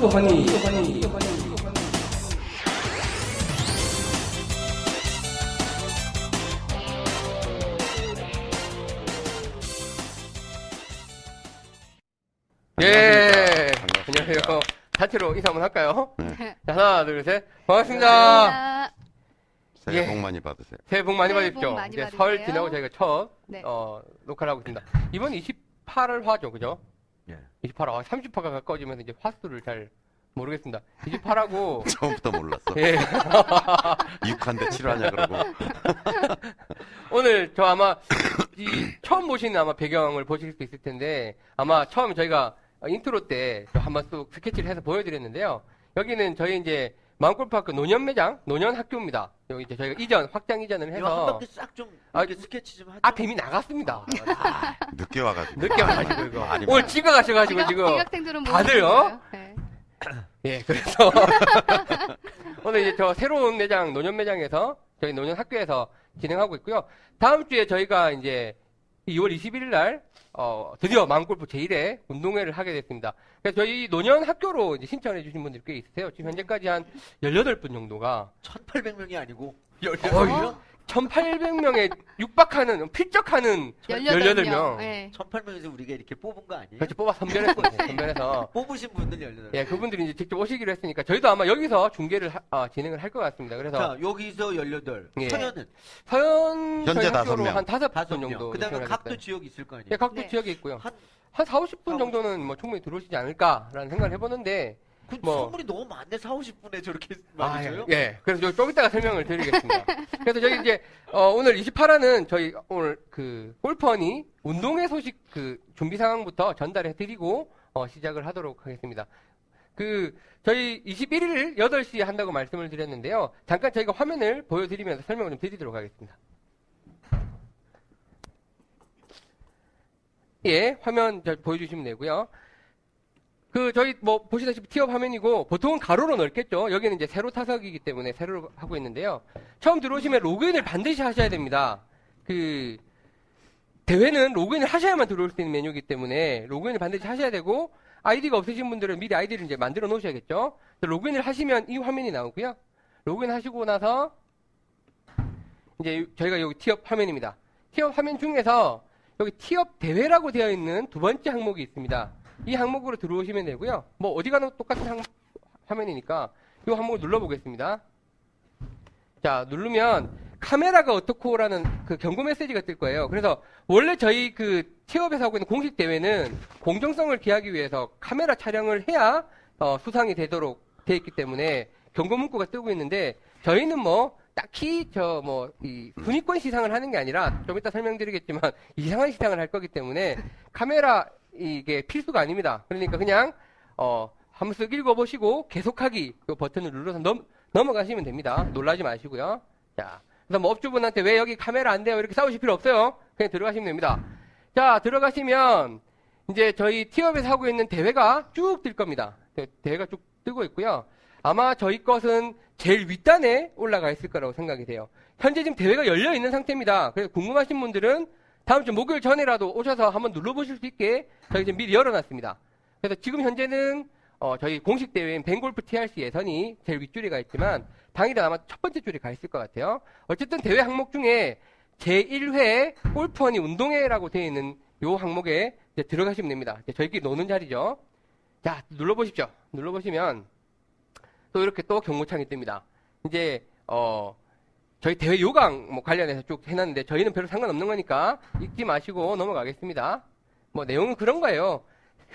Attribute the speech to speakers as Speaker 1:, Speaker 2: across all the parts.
Speaker 1: 허니 예
Speaker 2: 반갑습니다.
Speaker 1: 안녕하세요 다채로 인사 한번 할까요?
Speaker 2: 네.
Speaker 1: 자, 하나 둘셋 반갑습니다
Speaker 2: 새해
Speaker 1: 예.
Speaker 2: 복 많이 받으세요.
Speaker 1: 새해 복 많이
Speaker 3: 새해 복
Speaker 1: 받으십시오
Speaker 3: 많이
Speaker 1: 이제
Speaker 3: 받으세요.
Speaker 1: 설 지나고 저희가 첫
Speaker 3: 네.
Speaker 1: 어, 녹화를 하고 있습니다 이번 28화죠 그죠?
Speaker 2: 예.
Speaker 1: 28화 30화가 가까워지면서 이제 화수를 잘 모르겠습니다 28하고
Speaker 2: 처음부터 몰랐어.
Speaker 1: 예.
Speaker 2: 6한데 7하냐 그러고.
Speaker 1: 오늘 저 아마 이 처음 보시는 아마 배경을 보실 수도 있을 텐데 아마 처음 저희가 인트로 때 한번 또 스케치를 해서 보여드렸는데요. 여기는 저희 이제 마음골파크 노년 매장, 노년 학교입니다. 여기 이제 저희가 이전 확장 이전을
Speaker 4: 이거 한
Speaker 1: 해서
Speaker 4: 바퀴 싹좀
Speaker 1: 아,
Speaker 4: 이렇게 스케치 좀 하죠.
Speaker 1: 앞에 이미 나갔습니다.
Speaker 2: 늦게 와가지고.
Speaker 1: 늦게 와가지고 이거
Speaker 2: 많이
Speaker 1: 오늘 지각하셔가지고
Speaker 3: 지각,
Speaker 1: 지금
Speaker 3: 지각생들은 뭐
Speaker 1: 다들,
Speaker 3: 하는
Speaker 1: 어?
Speaker 3: 거예요? 네.
Speaker 1: 예 그래서 오늘 이제 저 새로운 매장 노년 매장에서 저희 노년 학교에서 진행하고 있고요. 다음 주에 저희가 이제 2월 21일 날 어, 드디어 마음골프 제1회 운동회를 하게 됐습니다. 그래서 저희 노년 학교로 이제 신청해 주신 분들이 꽤 있으세요. 지금 현재까지 한 18분 정도가
Speaker 4: 1800명이 아니고
Speaker 1: 거의
Speaker 3: 어?
Speaker 1: 1800명에 육박하는 필적하는
Speaker 3: 18명.
Speaker 1: 18명.
Speaker 3: 네.
Speaker 4: 1800명에서 우리가 이렇게 뽑은 거 아니에요?
Speaker 1: 같이 뽑아 선별했거든요. 선별해서
Speaker 4: 뽑으신 분들 18명.
Speaker 1: 그렇죠. 예 그분들이 이제 직접 오시기로 했으니까 저희도 아마 여기서 중계를 하- 아, 진행을 할 것 같습니다. 그래서
Speaker 4: 자, 여기서 18.
Speaker 1: 예.
Speaker 4: 서현은
Speaker 1: 서현
Speaker 2: 현재
Speaker 1: 저희
Speaker 2: 다섯
Speaker 1: 학교로
Speaker 2: 명.
Speaker 1: 한 다섯
Speaker 4: 다섯
Speaker 1: 분
Speaker 4: 명.
Speaker 1: 정도.
Speaker 4: 그다음에
Speaker 1: 요청을
Speaker 4: 각도
Speaker 1: 했어요.
Speaker 4: 지역이 있을 거 아니에요?
Speaker 1: 예, 각도
Speaker 3: 네.
Speaker 1: 지역에 있고요.
Speaker 4: 한
Speaker 1: 한 4, 50분
Speaker 4: 40,
Speaker 1: 정도는 뭐 충분히 들어오시지 않을까라는 생각을 해보는데
Speaker 4: 그
Speaker 1: 뭐.
Speaker 4: 선물이 너무 많네. 4, 50분에 저렇게
Speaker 1: 아,
Speaker 4: 많이 줘요?
Speaker 1: 예. 예. 그래서 저- 좀 이따가 설명을 드리겠습니다. 그래서 저희 이제 어, 오늘 28화는 저희 오늘 그 골퍼니 운동회 소식 그 준비 상황부터 전달해 드리고 어, 시작을 하도록 하겠습니다. 그 저희 21일 8시에 한다고 말씀을 드렸는데요. 잠깐 저희가 화면을 보여드리면서 설명을 좀 드리도록 하겠습니다. 예, 화면 저- 보여주시면 되고요. 그 저희 뭐 보시다시피 티업 화면이고 보통은 가로로 넓겠죠. 여기는 이제 세로 타석이기 때문에 세로로 하고 있는데요. 처음 들어오시면 로그인을 반드시 하셔야 됩니다. 그 대회는 로그인을 하셔야만 들어올 수 있는 메뉴이기 때문에 로그인을 반드시 하셔야 되고 아이디가 없으신 분들은 미리 아이디를 이제 만들어 놓으셔야겠죠. 그래서 로그인을 하시면 이 화면이 나오고요. 로그인 하시고 나서 이제 저희가 여기 티업 화면입니다. 티업 화면 중에서 여기 티업 대회라고 되어 있는 두 번째 항목이 있습니다. 이 항목으로 들어오시면 되고요. 뭐 어디 가나 똑같은 항- 화면이니까 이 항목을 눌러보겠습니다. 자 누르면 카메라가 어떻고라는 그 경고 메시지가 뜰 거예요. 그래서 원래 저희 그 체업에서 하고 있는 공식 대회는 공정성을 기하기 위해서 카메라 촬영을 해야 어, 수상이 되도록 돼 있기 때문에 경고 문구가 뜨고 있는데 저희는 뭐 딱히 저 뭐 이 분위권 시상을 하는 게 아니라 좀 이따 설명드리겠지만 이상한 시상을 할 거기 때문에 카메라 이게 필수가 아닙니다. 그러니까 그냥 어 한번 쓱 읽어보시고 계속하기 요 버튼을 눌러서 넘, 넘어가시면 됩니다. 놀라지 마시고요. 자, 그래서 뭐 업주분한테 왜 여기 카메라 안 돼요 이렇게 싸우실 필요 없어요. 그냥 들어가시면 됩니다. 자, 들어가시면 이제 저희 티업에서 하고 있는 대회가 쭉 뜰 겁니다. 대- 대회가 쭉 뜨고 있고요. 아마 저희 것은 제일 윗단에 올라가 있을 거라고 생각이 돼요. 현재 지금 대회가 열려 있는 상태입니다. 그래서 궁금하신 분들은 다음 주 목요일 전에라도 오셔서 한번 눌러보실 수 있게 저희 지금 미리 열어놨습니다. 그래서 지금 현재는 어, 저희 공식 대회인 벵골프 TRC 예선이 제일 윗줄에 가 있지만 당일은 아마 첫 번째 줄에 가 있을 것 같아요. 어쨌든 대회 항목 중에 제1회 골프원이 운동회라고 되어 있는 요 항목에 이제 들어가시면 됩니다. 이제 저희끼리 노는 자리죠. 자, 눌러보십시오. 눌러보시면 또 이렇게 또 경고창이 뜹니다. 이제, 어, 저희 대회 요강 뭐 관련해서 쭉 해놨는데 저희는 별로 상관없는 거니까 읽지 마시고 넘어가겠습니다. 뭐 내용은 그런 거예요.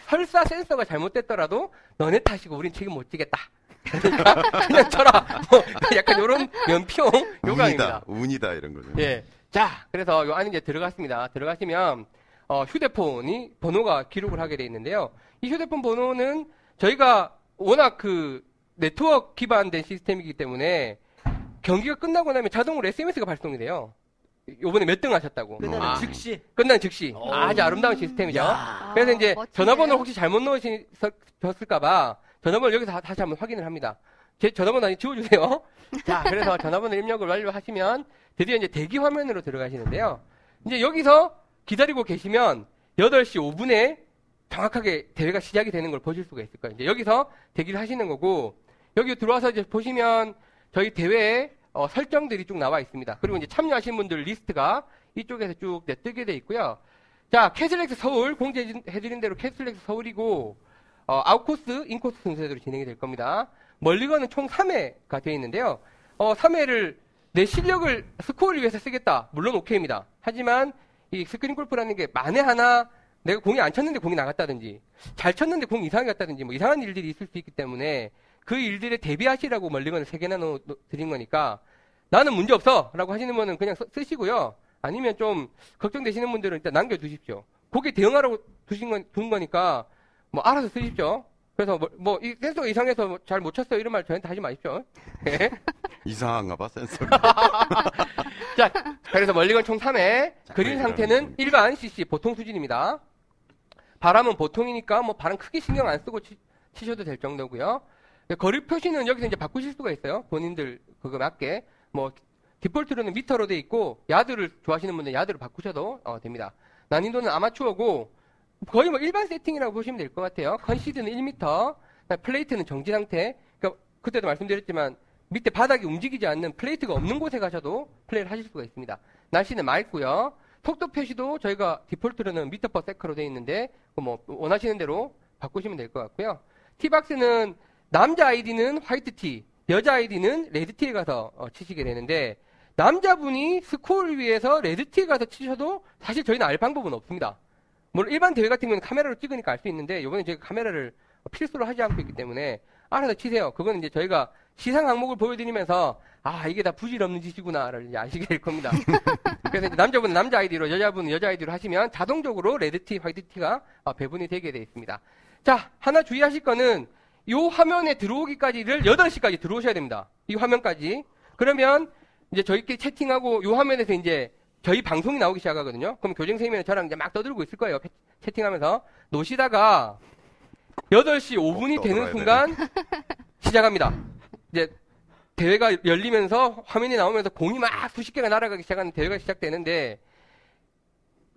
Speaker 1: 설사 센서가 잘못됐더라도 너네 탓이고 우린 책임 못 지겠다. 그러니까 그냥 쳐라. 뭐 약간 요런 면피용 요강입니다.
Speaker 2: 운이다, 운이다 이런 거죠.
Speaker 1: 예. 자, 그래서 요 안에 이제 들어갔습니다. 들어가시면 어, 휴대폰이 번호가 기록을 하게 돼 있는데요. 이 휴대폰 번호는 저희가 워낙 그 네트워크 기반된 시스템이기 때문에 경기가 끝나고 나면 자동으로 SMS가 발송이 돼요. 요번에 몇 등 하셨다고.
Speaker 4: 끝나면
Speaker 1: 아,
Speaker 4: 즉시
Speaker 1: 끝난 즉시.
Speaker 4: 어.
Speaker 1: 아주 아름다운 시스템이죠.
Speaker 4: 야.
Speaker 1: 그래서 이제
Speaker 3: 아, 멋지네요.
Speaker 1: 전화번호 를 혹시 잘못 넣으셨을까봐 전화번호 를 여기서 다- 다시 한번 확인을 합니다. 제 전화번호 아니 지워주세요. 자, 그래서 전화번호 입력을 완료하시면 드디어 이제 대기 화면으로 들어가시는데요. 이제 여기서 기다리고 계시면 8시 5분에 정확하게 대회가 시작이 되는 걸 보실 수가 있을 거예요. 이제 여기서 대기를 하시는 거고 여기 들어와서 이제 보시면 저희 대회에 어, 설정들이 쭉 나와 있습니다. 그리고 이제 참여하신 분들 리스트가 이쪽에서 쭉 이제 뜨게 돼 있고요. 자, 캐슬렉스 서울 공지해드린 대로 캐슬렉스 서울이고 어, 아웃코스, 인코스 순서대로 진행이 될 겁니다. 멀리건은 총 3회가 되어 있는데요. 어, 3회를 내 실력을 스코어를 위해서 쓰겠다. 물론 오케이입니다. 하지만 이 스크린 골프라는 게 만에 하나 내가 공이 안 쳤는데 공이 나갔다든지 잘 쳤는데 공이 이상하게 갔다든지 뭐 이상한 일들이 있을 수 있기 때문에 그 일들에 대비하시라고 멀리건을 3개나 넣어 드린 거니까 나는 문제 없어 라고 하시는 분은 그냥 써- 쓰시고요. 아니면 좀 걱정되시는 분들은 일단 남겨두십시오. 거기에 대응하라고 두신 건, 둔 거니까 뭐 알아서 쓰십시오. 그래서 뭐, 뭐, 이 센서가 이상해서 잘 못 쳤어요. 이런 말 저한테 하지 마십시오. 예.
Speaker 2: 이상한가 봐 센서.
Speaker 1: 자, 그래서 멀리건 총 3회.
Speaker 2: 자,
Speaker 1: 그린
Speaker 2: 그래,
Speaker 1: 상태는
Speaker 2: 그러면.
Speaker 1: 일반 CC, 보통 수준입니다. 바람은 보통이니까 뭐 바람 크게 신경 안 쓰고 치, 셔도될 정도고요. 근데 거리 표시는 여기서 이제 바꾸실 수가 있어요. 본인들 그거 맞게. 뭐 디폴트로는 미터로 돼 있고 야드를 좋아하시는 분들은 야드를 바꾸셔도 어, 됩니다. 난이도는 아마추어고 거의 뭐 일반 세팅이라고 보시면 될 것 같아요. 컨시드는 1m, 그다음에 플레이트는 정지 상태. 그러니까 그때도 말씀드렸지만 밑에 바닥이 움직이지 않는 플레이트가 없는 곳에 가셔도 플레이를 하실 수가 있습니다. 날씨는 맑고요. 속도 표시도 저희가 디폴트로는 미터 퍼 세크로 되어 있는데 그뭐 원하시는 대로 바꾸시면 될 것 같고요. 티박스는 남자 아이디는 화이트 티, 여자 아이디는 레드 티에 가서 어, 치시게 되는데 남자분이 스코어를 위해서 레드 티에 가서 치셔도 사실 저희는 알 방법은 없습니다. 물론 일반 대회 같은 경우는 카메라로 찍으니까 알 수 있는데 이번에 저희가 카메라를 필수로 하지 않고 있기 때문에 알아서 치세요. 그건 이제 저희가 시상 항목을 보여드리면서 아 이게 다 부질없는 짓이구나를 이제 아시게 될 겁니다. 그래서 이제 남자분은 남자 아이디로 여자분은 여자 아이디로 하시면 자동적으로 레드티 화이트티가 어, 배분이 되게 되어 있습니다. 자 하나 주의하실 거는 이 화면에 들어오기까지를 8시까지 들어오셔야 됩니다. 이 화면까지 그러면 이제 저희끼리 채팅하고 이 화면에서 이제 저희 방송이 나오기 시작하거든요. 그럼 교정 선생님이랑 저랑 이제 막 떠들고 있을 거예요. 패- 채팅하면서 노시다가 8시 5분이
Speaker 2: 어,
Speaker 1: 되는
Speaker 2: 떠들어야
Speaker 1: 순간 시작합니다. 이제 대회가 열리면서 화면이 나오면서 공이 막 수십 개가 날아가기 시작하는 대회가 시작되는데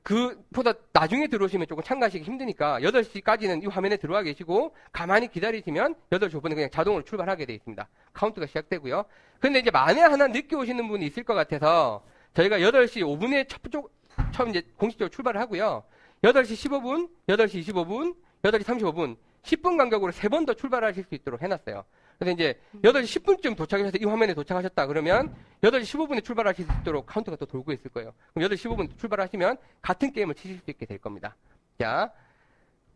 Speaker 1: 그보다 나중에 들어오시면 조금 참가하시기 힘드니까 8시까지는 이 화면에 들어와 계시고 가만히 기다리시면 8시 5분에 그냥 자동으로 출발하게 돼 있습니다. 카운트가 시작되고요. 근데 이제 만에 하나 늦게 오시는 분이 있을 것 같아서 저희가 8시 5분에 첫, 쪽- 처음 이제 공식적으로 출발을 하고요. 8시 15분, 8시 25분, 8시 35분, 10분 간격으로 3번 더 출발하실 수 있도록 해놨어요. 그래서 이제 8시 10분쯤 도착하셔서 이 화면에 도착하셨다 그러면 8시 15분에 출발하실 수 있도록 카운트가 또 돌고 있을 거예요. 그럼 8시 15분 출발하시면 같은 게임을 치실 수 있게 될 겁니다. 자,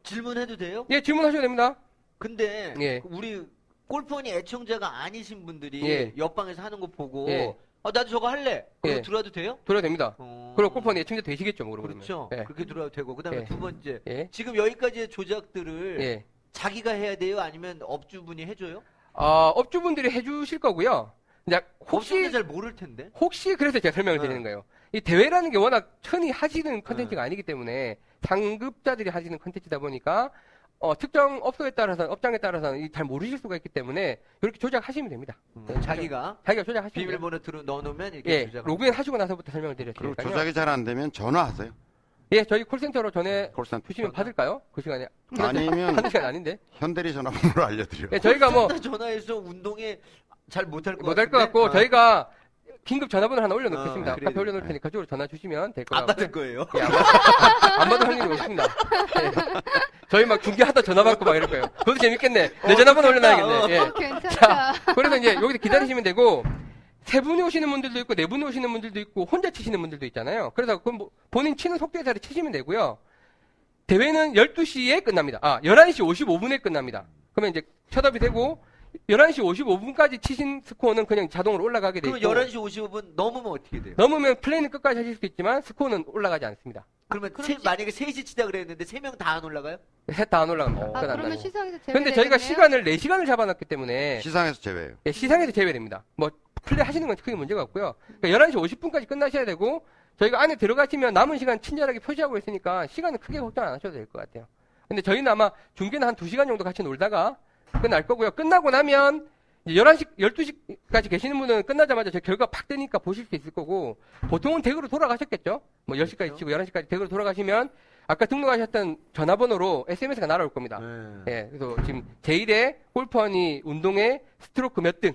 Speaker 4: 질문해도 돼요?
Speaker 1: 예, 질문하셔도 됩니다.
Speaker 4: 근데
Speaker 1: 예.
Speaker 4: 우리 골프원이 애청자가 아니신 분들이
Speaker 1: 예.
Speaker 4: 옆방에서 하는 거 보고
Speaker 1: 예.
Speaker 4: 아 나도 저거 할래. 그럼
Speaker 1: 예.
Speaker 4: 들어와도 돼요?
Speaker 1: 돌아도 됩니다.
Speaker 4: 어...
Speaker 1: 그럼 골퍼니 청자 되시겠죠, 뭐 그러면.
Speaker 4: 그렇죠.
Speaker 1: 예.
Speaker 4: 그렇게 들어와도 되고 그다음에
Speaker 1: 예.
Speaker 4: 두 번째
Speaker 1: 예.
Speaker 4: 지금 여기까지의 조작들을
Speaker 1: 예.
Speaker 4: 자기가 해야 돼요? 아니면 업주분이 해줘요?
Speaker 1: 어, 업주분들이 해주실 거고요. 이제 혹시
Speaker 4: 업주분들 잘 모를 텐데.
Speaker 1: 혹시 그래서 제가 설명을
Speaker 4: 네.
Speaker 1: 드리는 거예요. 이 대회라는 게 워낙 흔히 하시는 컨텐츠가 아니기 때문에 상급자들이 하시는 컨텐츠다 보니까 어, 특정 업소에 따라서 업장에 따라서는 이잘 모르실 수가 있기 때문에 이렇게 조작하시면 됩니다. 네,
Speaker 4: 자기가
Speaker 1: 자기가 조작하시면 돼요.
Speaker 4: 비밀번호 들어 넣어놓으면 이렇게
Speaker 1: 예,
Speaker 4: 조작.
Speaker 1: 로그인 하시고 나서부터 설명을
Speaker 2: 그리고
Speaker 1: 드렸으니까요.
Speaker 2: 조작이 잘 안 되면 전화하세요.
Speaker 1: 예, 저희 콜센터로
Speaker 4: 네.
Speaker 1: 전에
Speaker 2: 콜센터.
Speaker 1: 주시면 받을까요? 그 시간에
Speaker 2: 아니면
Speaker 1: 하는 시간 아닌데.
Speaker 2: 현대리 전화번호로 알려드려.
Speaker 4: 네.
Speaker 1: 예, 저희가 뭐
Speaker 4: 전화해서 운동에 잘 못할 것
Speaker 1: 못할 것
Speaker 4: 같은데?
Speaker 1: 같고
Speaker 4: 아,
Speaker 1: 저희가 긴급 전화번호 하나 올려놓겠습니다.
Speaker 4: 아, 그래요. 아,
Speaker 1: 카페 올려놓을 테니까 그쪽으로 전화 주시면 될 것
Speaker 4: 안
Speaker 1: 같고.
Speaker 4: 받을 거예요.
Speaker 1: 예, 안 받- 안 받을 확률이 높습니다. 예. 저희 막 중계하다 전화 받고 막 이럴 거예요. 그것도 재밌겠네. 내
Speaker 4: 어,
Speaker 1: 전화번호
Speaker 4: 좋겠다.
Speaker 1: 올려놔야겠네. 예.
Speaker 4: 어.
Speaker 3: 어, 괜찮다.
Speaker 1: 자, 그래서 이제 여기서 기다리시면 되고, 세 분이 오시는 분들도 있고, 네 분이 오시는 분들도 있고, 혼자 치시는 분들도 있잖아요. 그래서 그건 뭐 본인 치는 속도에 따라 치시면 되고요. 대회는 12시에 끝납니다. 아, 11시 55분에 끝납니다. 그러면 이제 셧업이 되고, 11시 55분까지 치신 스코어는 그냥 자동으로 올라가게 돼
Speaker 4: 그럼
Speaker 1: 있고
Speaker 4: 11시 55분 넘으면 어떻게 돼요?
Speaker 1: 넘으면 플레이는 끝까지 하실 수 있지만 스코어는 올라가지 않습니다.
Speaker 4: 그러면
Speaker 3: 그럼
Speaker 4: 세-
Speaker 3: 시-
Speaker 4: 만약에 셋이 치다 그랬는데 세 명 다 안 올라가요?
Speaker 1: 셋 다 안 올라갑니다.
Speaker 3: 아,
Speaker 1: 끝 안
Speaker 3: 그러면
Speaker 1: 나고.
Speaker 3: 시상에서 제외.
Speaker 1: 근데 저희가 시간을 4시간을 잡아놨기 때문에
Speaker 2: 시상에서 제외해요.
Speaker 1: 예, 시상에서 제외됩니다. 뭐 플레이 하시는 건 크게 문제가 없고요. 그러니까 11시 50분까지 끝나셔야 되고 저희가 안에 들어가시면 남은 시간 친절하게 표시하고 있으니까 시간은 크게 걱정 안 하셔도 될 것 같아요. 근데 저희는 아마 중계는 한 2시간 정도 같이 놀다가 끝날 거고요. 끝나고 나면 이제 11시, 12시까지 계시는 분은 끝나자마자 제 결과 팍 뜨니까 보실 수 있을 거고 보통은 댁으로 돌아가셨겠죠? 뭐 10시까지
Speaker 4: 그렇죠.
Speaker 1: 치고 11시까지 댁으로 돌아가시면 아까 등록하셨던 전화번호로 SMS가 날아올 겁니다.
Speaker 4: 네.
Speaker 1: 예, 그래서 지금 제1의 골프원이 운동의 스트로크 몇 등,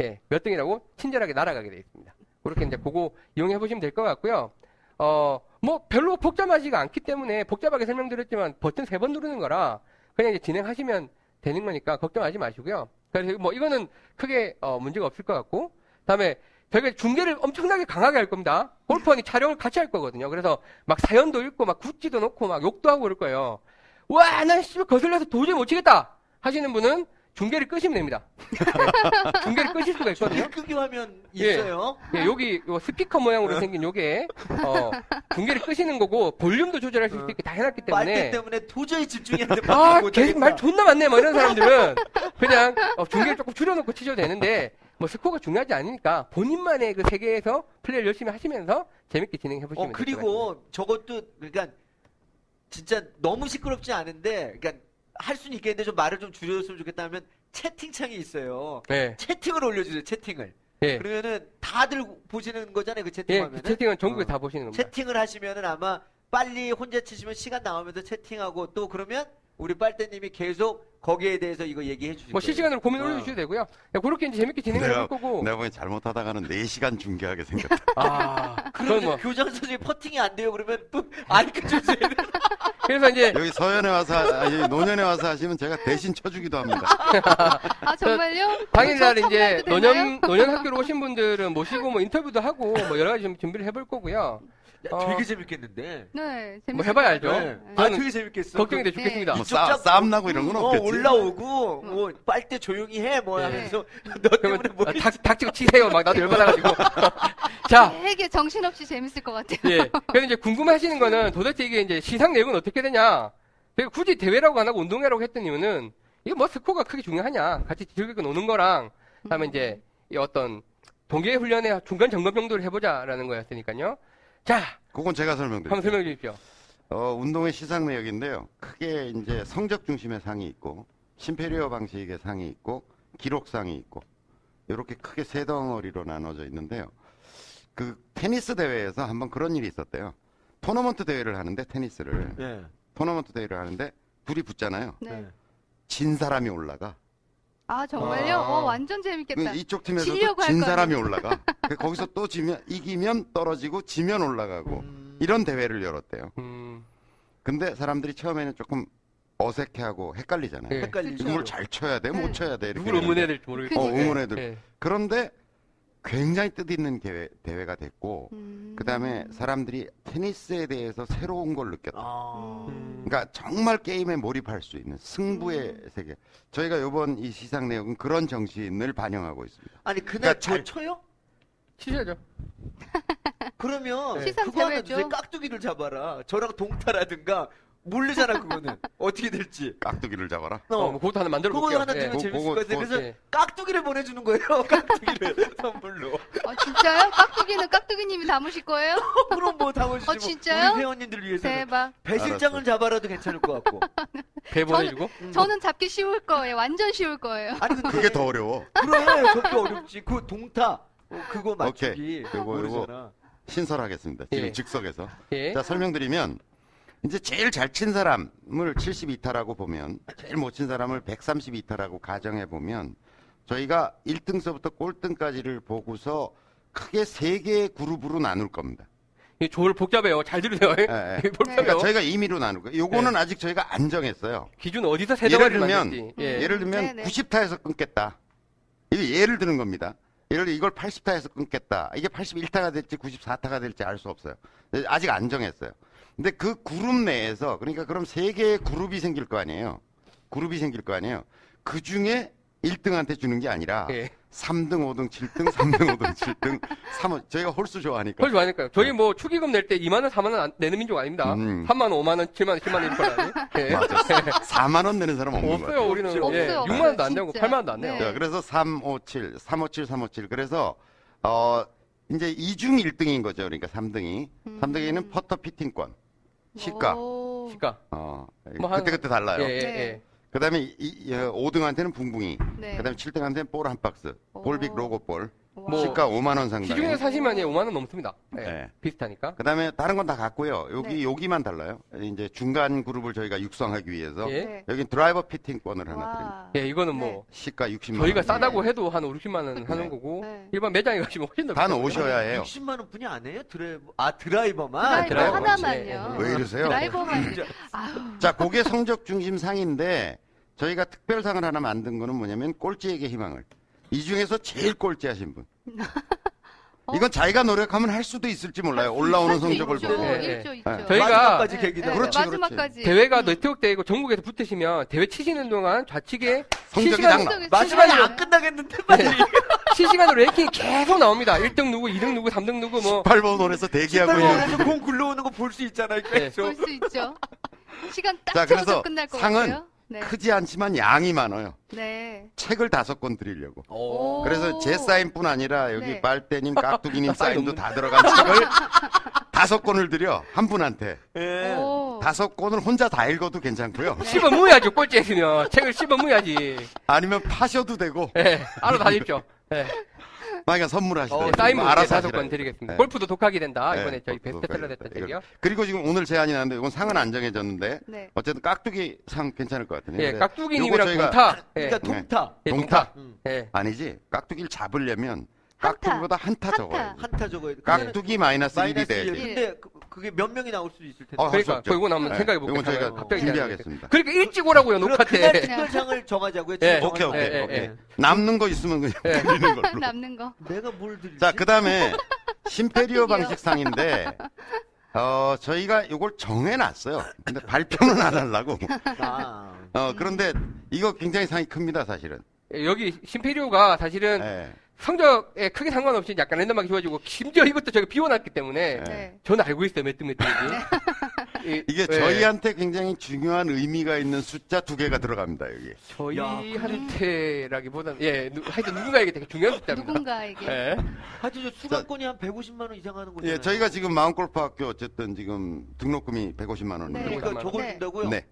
Speaker 1: 예, 몇 등이라고 친절하게 날아가게 되어 있습니다. 그렇게 이제 그거 이용해 보시면 될 것 같고요. 어, 뭐 별로 복잡하지가 않기 때문에 복잡하게 설명드렸지만 버튼 세 번 누르는 거라 그냥 이제 진행하시면 되는 거니까 걱정하지 마시고요. 그래서 뭐 이거는 크게 어, 문제가 없을 것 같고, 다음에 저희가 중계를 엄청나게 강하게 할 겁니다. 골프원이 촬영을 같이 할 거거든요. 그래서 막 사연도 읽고 막 굿지도 놓고 막 욕도 하고 그럴 거예요. 와, 난 씨발 거슬려서 도저히 못 치겠다 하시는 분은 중계를 끄시면 됩니다. 네, 중계를 끄실 수가 있거든요.
Speaker 4: 끄기 화면
Speaker 1: 예.
Speaker 4: 있어요.
Speaker 1: 예, 여기 요 스피커 모양으로 생긴 요게 어, 중계를 끄시는 거고 볼륨도 조절할 수 있게 다 해놨기
Speaker 4: 빨대
Speaker 1: 때문에
Speaker 4: 때문에 도저히 집중이 안 돼.
Speaker 1: 아,
Speaker 4: 못
Speaker 1: 계속
Speaker 4: 하겠다.
Speaker 1: 말 존나 많네, 뭐 이런 사람들은. 그냥, 어, 중계를 조금 줄여놓고 치셔도 되는데, 뭐 스코어가 중요하지 않으니까, 본인만의 그 세계에서 플레이를 열심히 하시면서, 재밌게 진행해보시면
Speaker 4: 어, 그리고 저것도, 그러니까, 진짜 너무 시끄럽지 않은데, 그러니까, 할 수는 있겠는데 좀 말을 좀 줄여줬으면 좋겠다 하면 채팅창이 있어요.
Speaker 1: 네.
Speaker 4: 채팅을 올려주세요, 채팅을.
Speaker 1: 예.
Speaker 4: 그러면은 다들 보시는 거잖아요, 그
Speaker 1: 예,
Speaker 4: 채팅하면은.
Speaker 1: 그 채팅은 전국에
Speaker 4: 어.
Speaker 1: 다 보시는 겁니다.
Speaker 4: 채팅을 하시면은 아마 빨리 혼자 치시면 시간 나오면서 채팅하고 또 그러면 우리 빨대님이 계속 거기에 대해서 이거 얘기해 주실
Speaker 1: 뭐
Speaker 4: 거예요.
Speaker 1: 실시간으로 고민
Speaker 4: 어.
Speaker 1: 올려주셔도 되고요. 야, 그렇게 이제 재밌게 진행을
Speaker 2: 내가-
Speaker 1: 해볼 거고.
Speaker 2: 내가 보기엔 잘못하다가는 4시간 중계하게 생겼다.
Speaker 1: 아, 그건
Speaker 4: 그러면
Speaker 1: 뭐.
Speaker 4: 교장 선생님 퍼팅이 안 돼요. 그러면 또 아이크 주세요.
Speaker 1: 그래서 이제,
Speaker 2: 여기 서연에 와서, 하- 아니, 노년에 와서 하시면 제가 대신 쳐주기도 합니다.
Speaker 3: 아 정말요?
Speaker 1: 당일날
Speaker 3: 저
Speaker 1: 이제
Speaker 3: 참여해도 되나요?
Speaker 1: 노년, 노년 학교로 오신 분들은 모시고 뭐 인터뷰도 하고 뭐 여러 가지 좀 준비를 해볼 거고요.
Speaker 4: 네.
Speaker 1: 어.
Speaker 4: 되게 재밌겠는데.
Speaker 3: 네, 재밌.
Speaker 1: 뭐 해봐야 알죠.
Speaker 4: 네. 아,
Speaker 1: 저는
Speaker 4: 되게 재밌겠어.
Speaker 1: 걱정이 돼
Speaker 3: 네.
Speaker 1: 죽겠습니다.
Speaker 2: 뭐
Speaker 4: 이쪽
Speaker 2: 싸,
Speaker 4: 잡고-
Speaker 2: 싸움 나고 이런 건
Speaker 4: 어,
Speaker 2: 없겠지.
Speaker 4: 올라오고 뭐 빨대 조용히 해 뭐
Speaker 1: 네.
Speaker 4: 하면서 너
Speaker 1: 그러면
Speaker 4: 때문에 뭐
Speaker 1: 아, 닭, 닭치고 치세요. 막 나도 열받아가지고. 자,
Speaker 3: 되게 정신없이 재밌을 것 같아요.
Speaker 1: 예. 그래서 이제 궁금해 하시는 거는 도대체 이게 이제 시상 내용은 어떻게 되냐. 내가 굳이 대회라고 안 하고 운동회라고 했던 이유는 이게 뭐 스코어가 크게 중요하냐. 같이 즐기고 노는 거랑, 그 다음에 이제 이 어떤 동계 훈련의 중간 점검 정도를 해보자라는 거였으니까요. 자,
Speaker 2: 그건 제가
Speaker 1: 한번
Speaker 2: 설명드릴게요.
Speaker 1: 설명해 주십시오.
Speaker 2: 어, 운동의 시상 내역인데요. 크게 이제 성적 중심의 상이 있고, 심페리어 방식의 상이 있고, 기록상이 있고, 이렇게 크게 세 덩어리로 나눠져 있는데요. 그 테니스 대회에서 한번 그런 일이 있었대요. 토너먼트 대회를 하는데 테니스를
Speaker 4: 예.
Speaker 2: 토너먼트 대회를 하는데 둘이 붙잖아요.
Speaker 3: 네.
Speaker 2: 진 사람이 올라가. 그
Speaker 3: 아 정말요?
Speaker 4: 아.
Speaker 3: 어 완전 재밌겠다.
Speaker 2: 이쪽 팀에서도
Speaker 3: 지려고 할
Speaker 2: 진
Speaker 3: 거
Speaker 2: 사람이 올라가. 그 거기서 또 지면 이기면 떨어지고 지면 올라가고
Speaker 4: 음.
Speaker 2: 뭐, 이런 대회를 열었대요.
Speaker 1: 음,
Speaker 2: 근데 사람들이 처음에는 조금 어색해하고 헷갈리잖아요.
Speaker 1: 예.
Speaker 4: 헷갈리죠.
Speaker 2: 이걸 잘 쳐야 돼, 못
Speaker 3: 네.
Speaker 2: 쳐야 돼. 이렇게
Speaker 1: 누굴 응원해야 될지
Speaker 2: 어,
Speaker 1: 모르겠어요.
Speaker 3: 그니까요.
Speaker 2: 응원해야 돼.
Speaker 1: 예.
Speaker 2: 그런데 굉장히 뜻있는 대회, 대회가 됐고
Speaker 3: 음.
Speaker 2: 그다음에 사람들이 테니스에 대해서 새로운 걸 느꼈다.
Speaker 3: 어.
Speaker 4: 아.
Speaker 1: 음.
Speaker 2: 그러니까 정말 게임에 몰입할 수 있는 승부의
Speaker 3: 음.
Speaker 2: 세계. 저희가 이번 이 시상 내용은 그런 정신을 반영하고 있습니다.
Speaker 4: 아니 그날
Speaker 2: 그러니까
Speaker 4: 저
Speaker 2: 잘-
Speaker 4: 쳐요?
Speaker 1: 치셔야죠.
Speaker 4: 그러면
Speaker 3: 시상
Speaker 4: 그거 하나
Speaker 3: 대회죠.
Speaker 4: 주세요. 깍두기를 잡아라. 저랑 동타라든가 모르잖아 그거는 어떻게 될지.
Speaker 2: 깍두기를 잡아라.
Speaker 4: 어.
Speaker 1: 어, 뭐 그것도 하나 만들어
Speaker 4: 그거
Speaker 1: 볼게요.
Speaker 4: 하나 들면
Speaker 2: 그거-
Speaker 4: 재밌을 것
Speaker 2: 그거- 네.
Speaker 4: 같아요. 그래서
Speaker 1: 예.
Speaker 4: 깍두기를 보내주는 거예요. 깍두기를 선물로.
Speaker 3: 어, 진짜요? 깍두기는 깍두기님이 담으실 거예요? 네,
Speaker 4: 그럼 뭐 당원주지
Speaker 3: 어, 진짜요?
Speaker 4: 우리 회원님들 위해서는
Speaker 3: 대박.
Speaker 4: 네. 배 실장을 잡아라도 괜찮을 것 같고.
Speaker 1: 배 보내주고.
Speaker 3: 저는 잡기 쉬울 거예요. 완전 쉬울 거예요.
Speaker 4: 아니 근데
Speaker 2: 그게 더 어려워.
Speaker 4: 그래 그게 어렵지. 그 동타 어, 그거 맞추기
Speaker 2: 요거, 요거.
Speaker 4: 모르잖아.
Speaker 2: 신설하겠습니다. 지금
Speaker 1: 예.
Speaker 2: 즉석에서.
Speaker 1: 예.
Speaker 4: 네.
Speaker 2: 자, 설명드리면 이제 제일 잘 친 사람을 72타라고 보면 제일 못 친 사람을 132타라고 가정해 보면 저희가 1등서부터 꼴등까지를 보고서 크게 세 개의 그룹으로 나눌 겁니다.
Speaker 1: 이 조를 복잡해요. 잘 들으세요.
Speaker 2: 예, 예.
Speaker 1: 복잡해요.
Speaker 2: 그러니까 저희가 임의로 나눌 거예요. 요거는 아직 저희가 안 정했어요.
Speaker 1: 기준 어디서 세
Speaker 2: 예를
Speaker 1: 덩어리를
Speaker 2: 들면
Speaker 1: 만들지. 예.
Speaker 2: 예를 들면
Speaker 3: 네네.
Speaker 2: 90타에서 끊겠다. 이게 예를 드는 겁니다. 예를 들어 이걸 80타에서 끊겠다. 이게 81타가 될지 94타가 될지 알 수 없어요. 근데 아직 안 정했어요. 근데 그 그룹 내에서 그러니까 그럼 세 개의 그룹이 생길 거 아니에요. 그룹이 생길 거 아니에요. 그 중에 1등한테 주는 게 아니라
Speaker 1: 예.
Speaker 2: 삼 3등, 5등, 7등, 3등, 5등, 7등, 3호 저희가 홀수 좋아하니까.
Speaker 1: 그걸 좋아하니까요. 저희 뭐 축의금 낼 때 2만 원, 4만 원 안- 내는 민족 아닙니다.
Speaker 2: 음.
Speaker 1: 3만 원, 5만 원, 7만 원, 10만 원 이렇게 하는 예.
Speaker 2: 맞아. 4만 원 내는 사람 없는 거예요.
Speaker 1: 없어요, 우리는.
Speaker 4: 없죠.
Speaker 1: 예.
Speaker 3: 없어요,
Speaker 1: 6만 원도 안
Speaker 3: 없어요,
Speaker 1: 되고
Speaker 3: 진짜.
Speaker 1: 8만 원도 안 돼요.
Speaker 3: 네.
Speaker 2: 자, 그래서 357, 357, 357. 그래서 어 이제 이중 1등인 거죠. 그러니까 3등이.
Speaker 3: 음.
Speaker 2: 3등에는 퍼터 피팅권. 시가.
Speaker 3: 오.
Speaker 1: 시가.
Speaker 2: 어.
Speaker 1: 뭐 하나-
Speaker 2: 그때그때 달라요.
Speaker 1: 예, 예,
Speaker 3: 네.
Speaker 1: 예.
Speaker 2: 그다음에 이, 이, 어, 5등한테는 붕붕이.
Speaker 3: 네.
Speaker 2: 그다음에 7등한테는 볼 한 박스.
Speaker 3: 오.
Speaker 2: 볼빅 로고 볼.
Speaker 1: 뭐,
Speaker 2: 시가 5만 원
Speaker 3: 네.
Speaker 2: 상당.
Speaker 1: 시중에서 사시면 예, 5만 원 넘습니다. 예,
Speaker 2: 네.
Speaker 1: 비슷하니까.
Speaker 2: 그다음에 다른 건 다 같고요. 여기
Speaker 3: 네.
Speaker 2: 여기만 달라요. 이제 중간 그룹을 저희가 육성하기 위해서
Speaker 1: 예.
Speaker 3: 네.
Speaker 2: 여기 드라이버 피팅권을 하나 드립니다.
Speaker 3: 와.
Speaker 1: 예, 이거는 뭐
Speaker 2: 시가 60만 예. 원.
Speaker 1: 저희가
Speaker 3: 싸-
Speaker 1: 싸다고 해도 한 5, 60만 원 하는
Speaker 2: 네.
Speaker 1: 거고
Speaker 3: 네.
Speaker 1: 일반 매장에 가시면 훨씬 더
Speaker 2: 단
Speaker 1: 비싸요.
Speaker 2: 오셔야 해요.
Speaker 4: 60만 원 분이 안 해요? 드라이버 아
Speaker 3: 드라이버,
Speaker 4: 드라이버만
Speaker 1: 드라이버. 예,
Speaker 3: 하나만요. 어.
Speaker 1: 예.
Speaker 2: 왜 이러세요? 네.
Speaker 3: 드라이버만.
Speaker 4: 진짜.
Speaker 3: 아우.
Speaker 2: 자, 그게 성적 중심 상인데 저희가 특별상을 하나 만든 거는 뭐냐면 꼴찌에게 희망을. 이 중에서 제일 꼴찌하신 분.
Speaker 3: 어? 아,
Speaker 2: 이건 자기가 노력하면 할 수도 있을지 몰라요. 아, 올라오는 성적을
Speaker 3: 있죠,
Speaker 2: 보고.
Speaker 1: 네.
Speaker 3: 있죠, 있죠.
Speaker 2: 네.
Speaker 1: 저희가-
Speaker 4: 마지막까지
Speaker 3: 예,
Speaker 4: 계기다.
Speaker 3: 예,
Speaker 2: 그렇지,
Speaker 3: 마지막까지.
Speaker 1: 대회가
Speaker 3: 음.
Speaker 1: 네트워크대회고 전국에서 붙으시면 대회 치시는 동안 좌측에
Speaker 2: 성적이
Speaker 1: 실시간-
Speaker 2: 장난.
Speaker 4: 마지막에
Speaker 3: 네.
Speaker 4: 안 끝나겠는데 빨리
Speaker 1: 실시간으로 랭킹이 계속 나옵니다. 1등 누구, 2등 누구, 3등 누구 뭐
Speaker 2: 8번 홀에서 대기하고 있는.
Speaker 4: 에서 공 굴러오는 거 볼 수 있잖아요. 계속.
Speaker 3: 볼 수 있죠. 시간 딱
Speaker 2: 자,
Speaker 3: 채워서
Speaker 2: 그래서
Speaker 3: 끝날 것
Speaker 2: 상은
Speaker 3: 같아요. 네.
Speaker 2: 크지 않지만 양이 많아요.
Speaker 3: 네.
Speaker 2: 책을 다섯 권 드리려고.
Speaker 4: 어.
Speaker 3: 오.
Speaker 2: 그래서 제 사인뿐 아니라 여기
Speaker 3: 네.
Speaker 2: 빨대님, 깍두기님
Speaker 1: 사인
Speaker 2: 사인도
Speaker 1: 없네.
Speaker 2: 다 들어간 책을 다섯 권을 드려 한 분한테
Speaker 4: 예.
Speaker 3: 오.
Speaker 2: 다섯 권을 혼자 다 읽어도 괜찮고요.
Speaker 1: 씹어 무야죠, 꼴찌 했으면. 책을 씹어 무야지.
Speaker 2: 아니면 파셔도 되고
Speaker 1: 예, 알아 다십시오. 예,
Speaker 2: 만약에 선물하시다.
Speaker 4: 어,
Speaker 1: 사인
Speaker 2: 네. 알아서
Speaker 1: 문제 다섯
Speaker 2: 하시라고.
Speaker 1: 권 드리겠습니다.
Speaker 2: 네.
Speaker 1: 골프도 독학이 된다. 이번에
Speaker 2: 네,
Speaker 1: 저희
Speaker 2: 골프도 독학이
Speaker 1: 베스트셀러 됐던
Speaker 2: 된다.
Speaker 1: 책이요.
Speaker 2: 그리고 지금 오늘 제안이 나는데 이건 상은 안 정해졌는데
Speaker 3: 네.
Speaker 2: 어쨌든 깍두기 상 괜찮을 것 같은데.
Speaker 1: 예,
Speaker 2: 그래,
Speaker 1: 깍두기님이랑
Speaker 2: 네. 요거 저희가- 아,
Speaker 1: 동타. 예,
Speaker 4: 그러니까 동타.
Speaker 1: 예,
Speaker 2: 동타.
Speaker 4: 음.
Speaker 1: 예.
Speaker 2: 아니지. 깍두기를 잡으려면
Speaker 3: 한타.
Speaker 2: 깍두기보다 한타
Speaker 3: 한타.
Speaker 2: 적어요.
Speaker 4: 한타 적어야 돼.
Speaker 2: 깍두기 네. 마이너스 1이
Speaker 4: 마이너스
Speaker 2: 돼야
Speaker 4: 1.
Speaker 2: 돼.
Speaker 3: 일.
Speaker 4: 근데 그- 그게 몇 명이 나올 수도 있을 텐데.
Speaker 2: 어, 할수
Speaker 1: 그러니까
Speaker 2: 없죠.
Speaker 1: 그거 나면
Speaker 2: 네,
Speaker 1: 생각해
Speaker 2: 이건
Speaker 1: 볼게요.
Speaker 2: 저희가 준비하겠습니다.
Speaker 1: 그러니까 일찍 오라고요,
Speaker 4: 그럼
Speaker 1: 녹화
Speaker 4: 그날
Speaker 1: 때.
Speaker 4: 특별상을 정하자고요.
Speaker 1: 예.
Speaker 4: 지금
Speaker 2: 오케이, 오케이,
Speaker 4: 정하자고요.
Speaker 1: 오케이.
Speaker 4: 예.
Speaker 2: 남는 거 있으면 그냥 드리는
Speaker 1: 예.
Speaker 2: 걸로.
Speaker 3: 남는 거.
Speaker 4: 내가 뭘 드리지?
Speaker 2: 자, 그 다음에 심페리오
Speaker 3: 깍두기요.
Speaker 2: 방식 상인데 어, 저희가 이걸 정해놨어요. 근데 발표는 안 하려고.
Speaker 4: 아.
Speaker 2: 어, 그런데 이거 굉장히 상이 큽니다, 사실은.
Speaker 1: 예, 여기 심페리오가 사실은
Speaker 2: 예.
Speaker 1: 성적에 크게 상관없이 약간 랜덤하게 좋아지고 심지어 이것도 저희가 비워놨기 때문에
Speaker 2: 네.
Speaker 3: 네.
Speaker 1: 저는 알고 있어요, 메뚜메뚜인지. 이-
Speaker 2: 이게
Speaker 4: 네.
Speaker 1: 예,
Speaker 2: 저희한테 굉장히 중요한 의미가 있는 숫자 두 개가 들어갑니다, 여기.
Speaker 1: 저희한테라기보다는 예, 누- 하여튼 누군가에게 되게 중요한 숫자입니다.
Speaker 3: 누군가에게.
Speaker 1: 예.
Speaker 4: 하여튼 저 수강권이 한 150만 원 이상 하는 거잖아요.
Speaker 2: 예, 저희가 지금 마음골프학교 어쨌든 지금 등록금이 150만 원인데.
Speaker 3: 네.
Speaker 4: 그러니까 저걸
Speaker 3: 네.
Speaker 4: 준다고요?
Speaker 2: 네.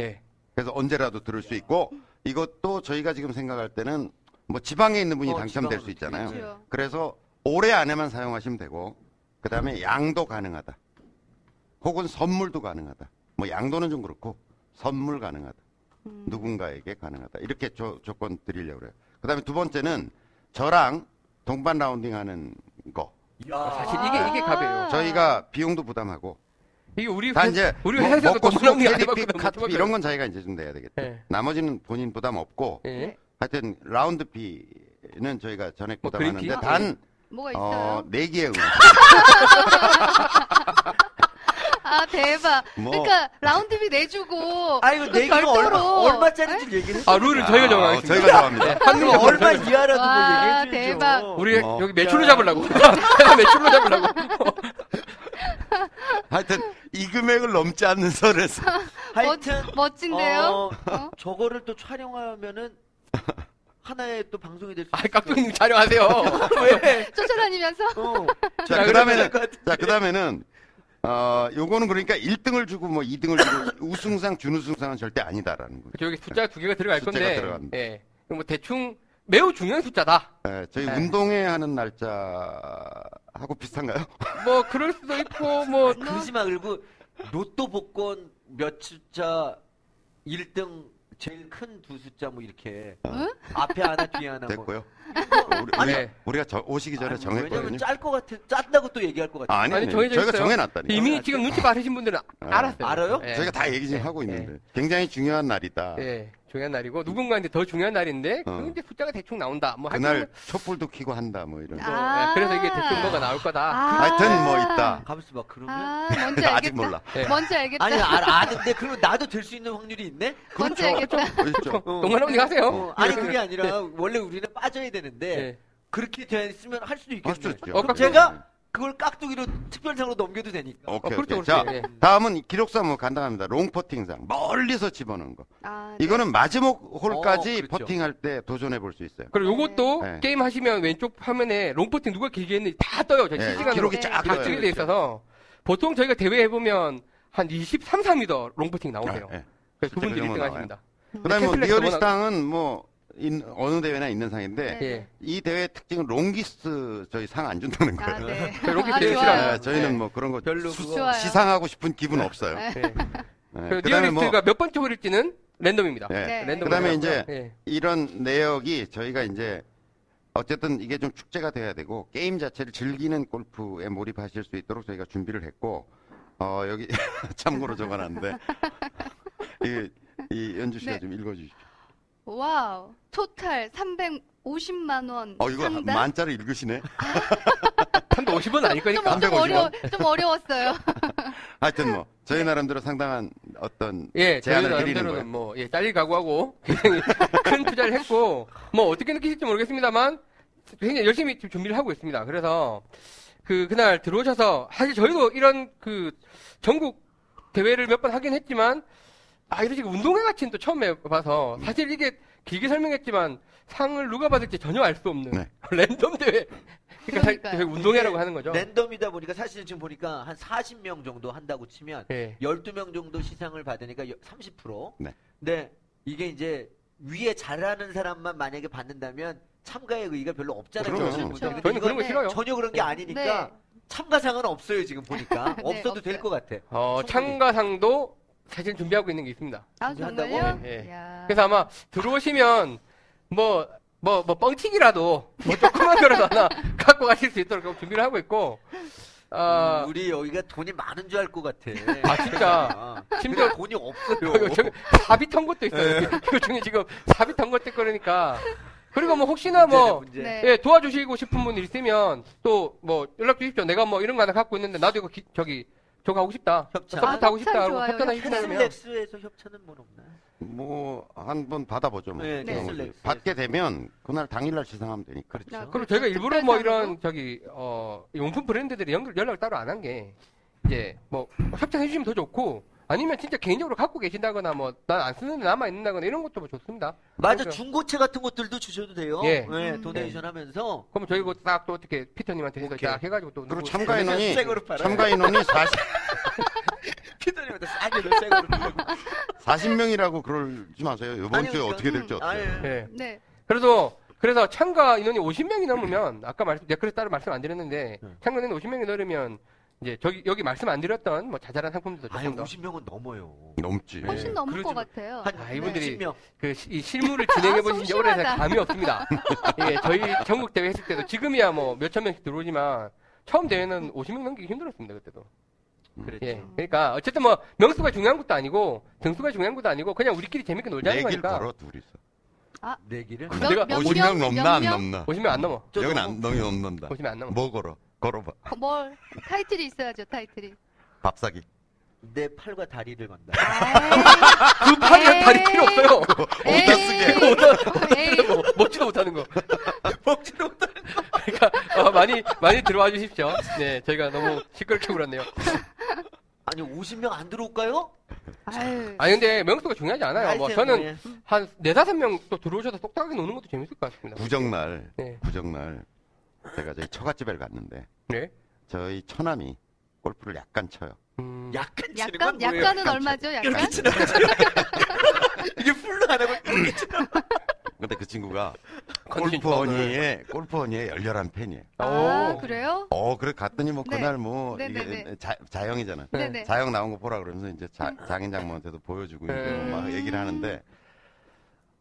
Speaker 1: 예.
Speaker 2: 그래서 언제라도 들을 수 있고 이것도 저희가 지금 생각할 때는 뭐 지방에 있는 분이
Speaker 4: 어,
Speaker 2: 당첨될 수
Speaker 4: 지방은
Speaker 2: 있잖아요.
Speaker 3: 그렇죠.
Speaker 2: 그래서 올해 안에만 사용하시면 되고 그다음에 양도 가능하다. 혹은 선물도 가능하다. 뭐 양도는 좀 그렇고 선물 가능하다.
Speaker 3: 음.
Speaker 2: 누군가에게 가능하다. 이렇게 조, 조건 드리려고 그래요. 그다음에 두 번째는 저랑 동반 라운딩 하는 거.
Speaker 1: 아,
Speaker 4: 야.
Speaker 1: 사실 이게 이게 갑이에요.
Speaker 2: 저희가 비용도 부담하고
Speaker 1: 이게 아. 우리
Speaker 2: 다
Speaker 1: 회-
Speaker 2: 이제
Speaker 1: 우리
Speaker 2: 먹-
Speaker 1: 회사에서
Speaker 2: 먹고
Speaker 1: 돈을 없는 게
Speaker 2: 테리피,
Speaker 1: 아니거든요.
Speaker 2: 카트비 이런 건 자기가 이제 좀 내야 되겠다.
Speaker 1: 예.
Speaker 2: 나머지는 본인 부담 없고
Speaker 1: 예.
Speaker 2: 하여튼 라운드 비는 저희가 전액
Speaker 1: 뭐 네.
Speaker 2: 부담하는데
Speaker 1: 그린피?
Speaker 2: 단
Speaker 3: 뭐가 있어요?
Speaker 2: 어, 4개의
Speaker 3: 아 대박.
Speaker 2: 뭐.
Speaker 3: 그러니까 라운드비 내주고
Speaker 4: 아 이거
Speaker 3: 그
Speaker 4: 내 기가 얼마
Speaker 3: 별도로 네?
Speaker 4: 얼마짜리인지 얘기를
Speaker 1: 아, 룰을 저희가 네. 정하겠습니다.
Speaker 2: 어, 저희가 정합니다.
Speaker 1: 환율이
Speaker 4: 이거 얼마 이하라는
Speaker 3: 와,
Speaker 4: 걸 얘기해 주죠.
Speaker 3: 대박.
Speaker 1: 우리
Speaker 2: 어.
Speaker 1: 여기 매출로
Speaker 4: 야.
Speaker 1: 잡으려고. 매출로 잡으려고.
Speaker 2: 하여튼 이 금액을 넘지 않는 선에서
Speaker 4: 하여튼
Speaker 3: 멋, 멋진데요.
Speaker 4: 어,
Speaker 3: 어?
Speaker 4: 저거를 또 촬영하면은 하나의 또 방송이 될 수
Speaker 1: 아,
Speaker 4: 있어.
Speaker 1: 깍두기님 촬영하세요. 왜?
Speaker 3: 쫓아다니면서
Speaker 1: 뭐,
Speaker 4: 어.
Speaker 2: 자,
Speaker 4: 그러면
Speaker 2: 그다음에는
Speaker 4: 될것 같은데.
Speaker 2: 자, 그다음에는 어, 요거는 그러니까 1등을 주고 뭐 2등을 주고 우승상 준우승상은 절대 아니다라는 거예요.
Speaker 1: 그렇죠. 여기 숫자 두 개가 들어갈
Speaker 2: 숫자가
Speaker 1: 건데.
Speaker 2: 들어갑니다.
Speaker 1: 예. 그럼 뭐 대충 매우 중요한 숫자다.
Speaker 2: 예, 저희
Speaker 1: 네.
Speaker 2: 운동회 하는 날짜하고 비슷한가요?
Speaker 1: 뭐 그럴 수도 있고
Speaker 3: 어,
Speaker 2: 아,
Speaker 1: 뭐
Speaker 4: 그러지 마 그리고 로또 복권 몇 숫자 1등 제일 큰 두 숫자 뭐 이렇게
Speaker 2: 응?
Speaker 4: 앞에 하나 뒤에 하나 뭐.
Speaker 2: 됐고요. 우리,
Speaker 1: 아니.
Speaker 2: 우리가, 우리가 저- 오시기 전에
Speaker 4: 아니, 뭐
Speaker 2: 정했거든요.
Speaker 4: 왜냐면 짤 것 같은 짠다고 또 얘기할 것 같아.
Speaker 2: 아니,
Speaker 1: 아니,
Speaker 2: 아니,
Speaker 1: 정해져
Speaker 2: 저희가
Speaker 1: 있어요.
Speaker 2: 정해놨다니까.
Speaker 1: 이미 지금 눈치 빠르신 분들은
Speaker 2: 예.
Speaker 1: 알았어요.
Speaker 4: 알아요?
Speaker 1: 예.
Speaker 2: 저희가 다 얘기 지금
Speaker 1: 예.
Speaker 2: 하고
Speaker 1: 예.
Speaker 2: 있는데 굉장히 중요한 날이다.
Speaker 1: 예, 중요한 날이고 누군가한테 더 중요한 날인데
Speaker 2: 어.
Speaker 1: 그런데 숫자가 대충 나온다. 뭐
Speaker 2: 그날
Speaker 1: 하여튼
Speaker 2: 촛불도 켜고 한다 뭐 이런.
Speaker 1: 뭐,
Speaker 2: 거.
Speaker 3: 아.
Speaker 1: 예, 그래서 이게 대충 뭐가 나올 거다.
Speaker 2: 하여튼 뭐 있다.
Speaker 4: 가만있어 봐. 그러면
Speaker 3: 아 뭔지 알겠다.
Speaker 2: 아직 몰라. 네.
Speaker 1: 예.
Speaker 3: 뭔지 알겠다.
Speaker 4: 아니 아, 아는데 그럼 나도 될 수 있는 확률이 있네?
Speaker 3: 뭔지 알겠다.
Speaker 2: 그렇죠.
Speaker 4: 어.
Speaker 1: 동만 언니 가세요. 네.
Speaker 4: 어, 아니 그게 아니라 원래 우리는 빠져야 되는데
Speaker 1: 예.
Speaker 4: 그렇게 됐으면 할 수도
Speaker 2: 할 수도
Speaker 4: 있겠네.
Speaker 2: 있죠.
Speaker 4: 어, 그럼
Speaker 1: 깍두기.
Speaker 4: 제가 그걸 깍두기로 특별상으로 넘겨도 되니까.
Speaker 2: 오케이,
Speaker 1: 어, 그렇죠,
Speaker 2: 오케이.
Speaker 1: 그렇죠.
Speaker 2: 자,
Speaker 1: 예.
Speaker 2: 다음은 기록상 뭐 간단합니다. 롱포팅상. 멀리서 집어넣은 거.
Speaker 3: 아, 네.
Speaker 2: 이거는 마지막 홀까지
Speaker 1: 음, 어, 그렇죠.
Speaker 2: 포팅할 때 도전해 볼 수 있어요.
Speaker 1: 그리고 요것도
Speaker 2: 네.
Speaker 1: 게임 하시면 왼쪽 화면에 롱포팅 누가 길게 했는지 다 떠요. 저
Speaker 2: 예,
Speaker 1: 실시간으로
Speaker 2: 기록이 쫙
Speaker 1: 다
Speaker 2: 떠요. 아, 예. 그렇죠.
Speaker 1: 찍혀 있어서 보통 저희가 대회 해보면 한 23, 4m 롱포팅 나오세요. 네,
Speaker 2: 예, 예.
Speaker 1: 그래서 그분들이
Speaker 2: 실제로
Speaker 1: 1등
Speaker 2: 나와요.
Speaker 1: 하십니다.
Speaker 2: 그다음에 뭐
Speaker 1: 캔슬레이션
Speaker 2: 리얼리스트당은 뭐 인- 어느 대회나 있는 상인데
Speaker 3: 네.
Speaker 1: 예.
Speaker 2: 이 대회 특징은 롱기스트 저희 상 안 준다는
Speaker 3: 아,
Speaker 2: 거예요.
Speaker 3: 네.
Speaker 1: 이렇게
Speaker 3: 아,
Speaker 1: 되게
Speaker 3: 좋아요.
Speaker 1: 싫어요.
Speaker 2: 네, 저희는 뭐 그런 거
Speaker 1: 별로
Speaker 2: 수-
Speaker 1: 그거.
Speaker 3: 좋아요.
Speaker 2: 시상하고 싶은 기분 없어요.
Speaker 3: 네.
Speaker 1: 예.
Speaker 2: 네,
Speaker 1: 그
Speaker 2: 그다음에 뭐
Speaker 1: 리얼리스트가 몇 번째 홀일지는 랜덤입니다.
Speaker 2: 예.
Speaker 3: 네.
Speaker 1: 랜덤.
Speaker 2: 그다음에 이제
Speaker 1: 예.
Speaker 2: 이런 내역이 저희가 이제 어쨌든 이게 좀 축제가 돼야 되고 게임 자체를 즐기는 골프에 몰입하실 수 있도록 저희가 준비를 했고 어 여기 참고로 적어놨는데 이, 이 연주 씨가
Speaker 3: 네.
Speaker 2: 좀 읽어주십시오.
Speaker 3: 와우. 토탈 350만 원.
Speaker 2: 어 이거
Speaker 3: 상당.
Speaker 2: 만자로 읽으시네.
Speaker 1: 350원 아닐
Speaker 3: 그러니까 좀,
Speaker 1: 거니까.
Speaker 3: 좀, 좀
Speaker 2: 350만.
Speaker 3: 어려워, 좀 어려웠어요.
Speaker 2: 하여튼
Speaker 3: 네.
Speaker 2: 뭐 저희 나름대로 상당한 어떤
Speaker 1: 예, 저희
Speaker 2: 제안을 드리는
Speaker 1: 나름대로는
Speaker 2: 거예요.
Speaker 1: 뭐, 예, 딸릴 각오하고 굉장히 큰 투자를 했고, 뭐, 어떻게 느끼실지 모르겠습니다만, 굉장히 열심히 지금 준비를 하고 있습니다. 그래서, 그, 그날 들어오셔서, 사실 저희도 이런 그, 전국 대회를 몇 번 하긴 했지만, 아, 이런 식으로 운동회 같이는 또 처음 해봐서, 사실 이게 길게 설명했지만, 상을 누가 받을지 전혀 알 수 없는
Speaker 2: 네.
Speaker 1: 랜덤 대회. 그러니까 사실
Speaker 3: 그러니까요.
Speaker 1: 저희 운동회라고 하는 거죠.
Speaker 2: 네.
Speaker 4: 랜덤이다 보니까 사실 지금 보니까 한 40명 정도 한다고 치면
Speaker 1: 예.
Speaker 4: 12명 정도 시상을 받으니까 여- 30%.
Speaker 2: 네.
Speaker 4: 근데 이게 이제 위에 잘하는 사람만 만약에 받는다면 참가의 의의가 별로 없잖아요.
Speaker 2: 그럼요.
Speaker 4: 사실 분들은. 근데
Speaker 1: 그렇죠. 저희는 그런 거
Speaker 4: 이건
Speaker 3: 네.
Speaker 1: 싫어요. 네.
Speaker 4: 전혀 그런 게
Speaker 1: 그러니까
Speaker 4: 아니니까 참가상은 없어요, 지금 보니까.
Speaker 3: 네,
Speaker 4: 없어도 될
Speaker 3: 없어요.
Speaker 4: 것 같아.
Speaker 1: 어,
Speaker 4: 충분히.
Speaker 1: 참가상도 사실 준비하고 있는 게 있습니다.
Speaker 3: 아,
Speaker 4: 준비한다고?
Speaker 3: 정말요?
Speaker 1: 예, 예.
Speaker 3: 이야.
Speaker 1: 그래서 아마 들어오시면 뭐, 뭐, 뭐, 뻥튀기라도, 뭐, 조그만 거라도 하나 갖고 가실 수 있도록 준비를 하고 있고, 아,
Speaker 4: 음, 우리 여기가 돈이 많은 줄 알 것 같아.
Speaker 1: 아, 진짜. 심지어-
Speaker 4: 심지어 돈이
Speaker 1: 이거
Speaker 4: 없어요.
Speaker 1: 저기 삽입한 것도 있어요.
Speaker 4: 네.
Speaker 1: 이거 중에 지금 삽입한 것도 그러니까. 그리고 뭐, 혹시나 뭐,
Speaker 4: 문제.
Speaker 3: 네.
Speaker 1: 예, 도와주시고 싶은 분 있으면 또 뭐, 연락 주십시오. 내가 뭐, 이런 거 하나 갖고 있는데, 나도 이거 기- 저기, 저거 하고 싶다.
Speaker 4: 협찬.
Speaker 1: 서포트
Speaker 3: 아,
Speaker 1: 하고 싶다.
Speaker 3: 협찬
Speaker 1: 하고
Speaker 3: 좋아요.
Speaker 1: 협찬하고 싶다.
Speaker 3: 협찬.
Speaker 1: 하면.
Speaker 4: 캐슬렉스에서 협찬은 뭐 없나?
Speaker 2: 뭐 한 번 받아보죠. 뭐.
Speaker 4: 네,
Speaker 2: 그런
Speaker 3: 네.
Speaker 2: 거죠.
Speaker 4: 넷플릭스에서.
Speaker 2: 받게 되면 그날 당일날 시상하면 되니까.
Speaker 3: 아,
Speaker 4: 그렇죠.
Speaker 1: 그리고 저희가 일부러 뭐
Speaker 3: 특별상으로?
Speaker 1: 이런 저기 어 용품 브랜드들이 연결 연락을 따로 안 한 게 이제 뭐 협찬해 주시면 더 좋고 아니면 진짜 개인적으로 갖고 계신다거나 뭐 난 안 쓰는데 남아 있는다거나 이런 것도 뭐 좋습니다.
Speaker 4: 맞아
Speaker 1: 그러니까.
Speaker 4: 중고체 같은 것들도 주셔도 돼요.
Speaker 1: 예.
Speaker 4: 네,
Speaker 3: 음.
Speaker 4: 도네이션 하면서
Speaker 1: 그럼 저희 그거 딱또 어떻게 피터님한테 해서
Speaker 4: 오케이.
Speaker 1: 딱 해가지고 또
Speaker 2: 그리고
Speaker 1: 누구-
Speaker 2: 참가 인원이
Speaker 4: 색으로 팔아요.
Speaker 2: 참가 인원이 40
Speaker 4: 피드님한테 싸게 새거로 빌려고.
Speaker 2: 40명이라고 그러지 마세요. 이번
Speaker 4: 아니,
Speaker 2: 주에
Speaker 4: 그러니까.
Speaker 2: 어떻게 될지
Speaker 3: 음.
Speaker 2: 어떻게.
Speaker 1: 예.
Speaker 3: 네.
Speaker 1: 그래서 그래서 참가 인원이 50명이 넘으면 아까 말씀 댓글에 따로 말씀 안 드렸는데
Speaker 4: 네.
Speaker 1: 참가 인원 50명이 넘으면 이제 저기 여기 말씀 안 드렸던 뭐 자잘한 상품들도
Speaker 4: 아예
Speaker 1: 조금
Speaker 4: 50명은 넘어요.
Speaker 2: 넘지.
Speaker 1: 네.
Speaker 3: 훨씬 넘을 것
Speaker 1: 그러지만-
Speaker 3: 같아요. 네.
Speaker 4: 한
Speaker 1: 아, 이분들이
Speaker 4: 60명.
Speaker 1: 더그이 실무를 진행해 보신 지
Speaker 3: 아,
Speaker 1: 오래서
Speaker 3: 소심하다.
Speaker 1: 감이 없습니다. 예, 저희 전국 대회 했을 때도 지금이야 뭐 몇천 명씩 들어오지만 처음 대회는 50명 넘기기 힘들었습니다 그때도.
Speaker 4: 그랬죠.
Speaker 1: 예. 그러니까 어쨌든 뭐 명수가 중요한 것도 아니고 등수가 중요한 것도 아니고 그냥 우리끼리 재밌게 놀자는
Speaker 2: 내길
Speaker 1: 거니까.
Speaker 2: 네 걸어 둘이서.
Speaker 4: 네 내기를
Speaker 3: 몇-
Speaker 1: 내가
Speaker 3: 몇
Speaker 2: 50명
Speaker 3: 명?
Speaker 2: 넘나 안
Speaker 3: 몇 명?
Speaker 2: 넘나.
Speaker 1: 보시면 안 넘어.
Speaker 4: 저
Speaker 2: 여긴
Speaker 4: 너무-
Speaker 2: 안 넘이
Speaker 4: 네.
Speaker 2: 넘는다.
Speaker 1: 보시면 안 넘어.
Speaker 2: 뭐 걸어? 걸어봐.
Speaker 3: 어, 뭘 타이틀이 있어야죠 타이틀이.
Speaker 2: 밥 사기.
Speaker 4: 내 팔과 다리를 건다.
Speaker 1: 그 팔이랑
Speaker 3: 아, 에이.
Speaker 1: 다리 필요 없어요.
Speaker 2: 어디다 쓰게.
Speaker 1: 그거
Speaker 3: 에이.
Speaker 1: 어디다 뭐, 먹지도 못하는 거.
Speaker 4: 먹지도 못해.
Speaker 1: 그러니까 어, 많이 많이 들어와 주십시오. 네, 저희가 너무 시끄럽게 굴었네요.
Speaker 4: 아니 50명 안 들어올까요?
Speaker 3: 아유.
Speaker 1: 아니 근데 명수가 중요하지 않아요. 뭐
Speaker 4: 아이템,
Speaker 1: 저는
Speaker 4: 예.
Speaker 1: 한 네다섯 명 또 들어오셔서 똑딱하게 노는 것도 재밌을 것 같습니다.
Speaker 2: 구정날.
Speaker 1: 네.
Speaker 2: 구정날. 제가 저희 처갓집에 갔는데
Speaker 1: 네.
Speaker 2: 저희 처남이 골프를 약간 쳐요.
Speaker 1: 음,
Speaker 4: 약간 치는 건
Speaker 3: 약간
Speaker 4: 뭐예요?
Speaker 3: 약간은 얼마죠? 약간?
Speaker 4: 이게 풀로 안 하고 이렇게 치는
Speaker 2: 근데 그 친구가
Speaker 1: 컨디션
Speaker 2: 골프 언니의 골프 언니의 열렬한 팬이에요.
Speaker 3: 아
Speaker 1: 오.
Speaker 3: 그래요?
Speaker 2: 어, 그래 갔더니 뭐
Speaker 3: 네.
Speaker 2: 그날 뭐 이게
Speaker 3: 네네네.
Speaker 2: 자, 자영이잖아.
Speaker 1: 네.
Speaker 3: 네네. 음.
Speaker 2: 자영 나온 거 보라 그러면서 이제 자, 장인 장모한테도 보여주고 이제
Speaker 4: 음.
Speaker 1: 네.
Speaker 2: 막 얘기를 하는데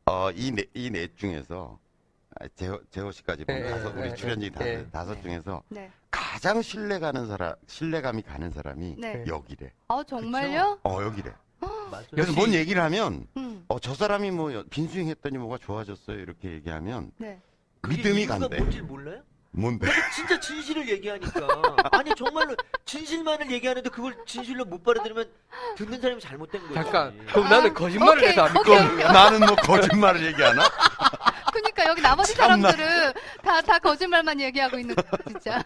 Speaker 2: 어이넷이넷 중에서 아, 제호 제호 씨까지 보면
Speaker 4: 예,
Speaker 1: 네,
Speaker 2: 다섯
Speaker 1: 네,
Speaker 2: 우리
Speaker 1: 네,
Speaker 2: 출연진
Speaker 1: 네.
Speaker 2: 다섯,
Speaker 1: 네.
Speaker 2: 다섯 중에서
Speaker 3: 네.
Speaker 2: 가장 신뢰 가는 사람 신뢰감이 가는 사람이
Speaker 3: 네.
Speaker 2: 여기래.
Speaker 3: 어 정말요?
Speaker 2: 어 여기래.
Speaker 4: 맞아요.
Speaker 2: 그래서 뭔 얘기를 하면
Speaker 3: 음.
Speaker 2: 어 저 사람이 뭐 여- 빈스윙했더니 뭐가 좋아졌어요 이렇게 얘기하면
Speaker 3: 네.
Speaker 2: 믿음이
Speaker 4: 이유가 뭐-
Speaker 2: 간대. 네.
Speaker 4: 뭔지 몰라요?
Speaker 2: 뭔데?
Speaker 4: 진짜 진실을 얘기하니까 아니 정말로 진실만을 얘기하는데 그걸 진실로 못 받아들이면 듣는 사람이 잘못된 거지. 네.
Speaker 1: 잠깐. 그럼
Speaker 3: 아,
Speaker 1: 나는 거짓말을
Speaker 3: 오케이,
Speaker 1: 해서 안 믿고.
Speaker 3: 오케이.
Speaker 2: 그럼 나는 뭐 거짓말을 얘기하나?
Speaker 3: 그러니까 여기 나머지
Speaker 2: 참나.
Speaker 3: 사람들은 다 다 거짓말만 얘기하고 있는 거 진짜.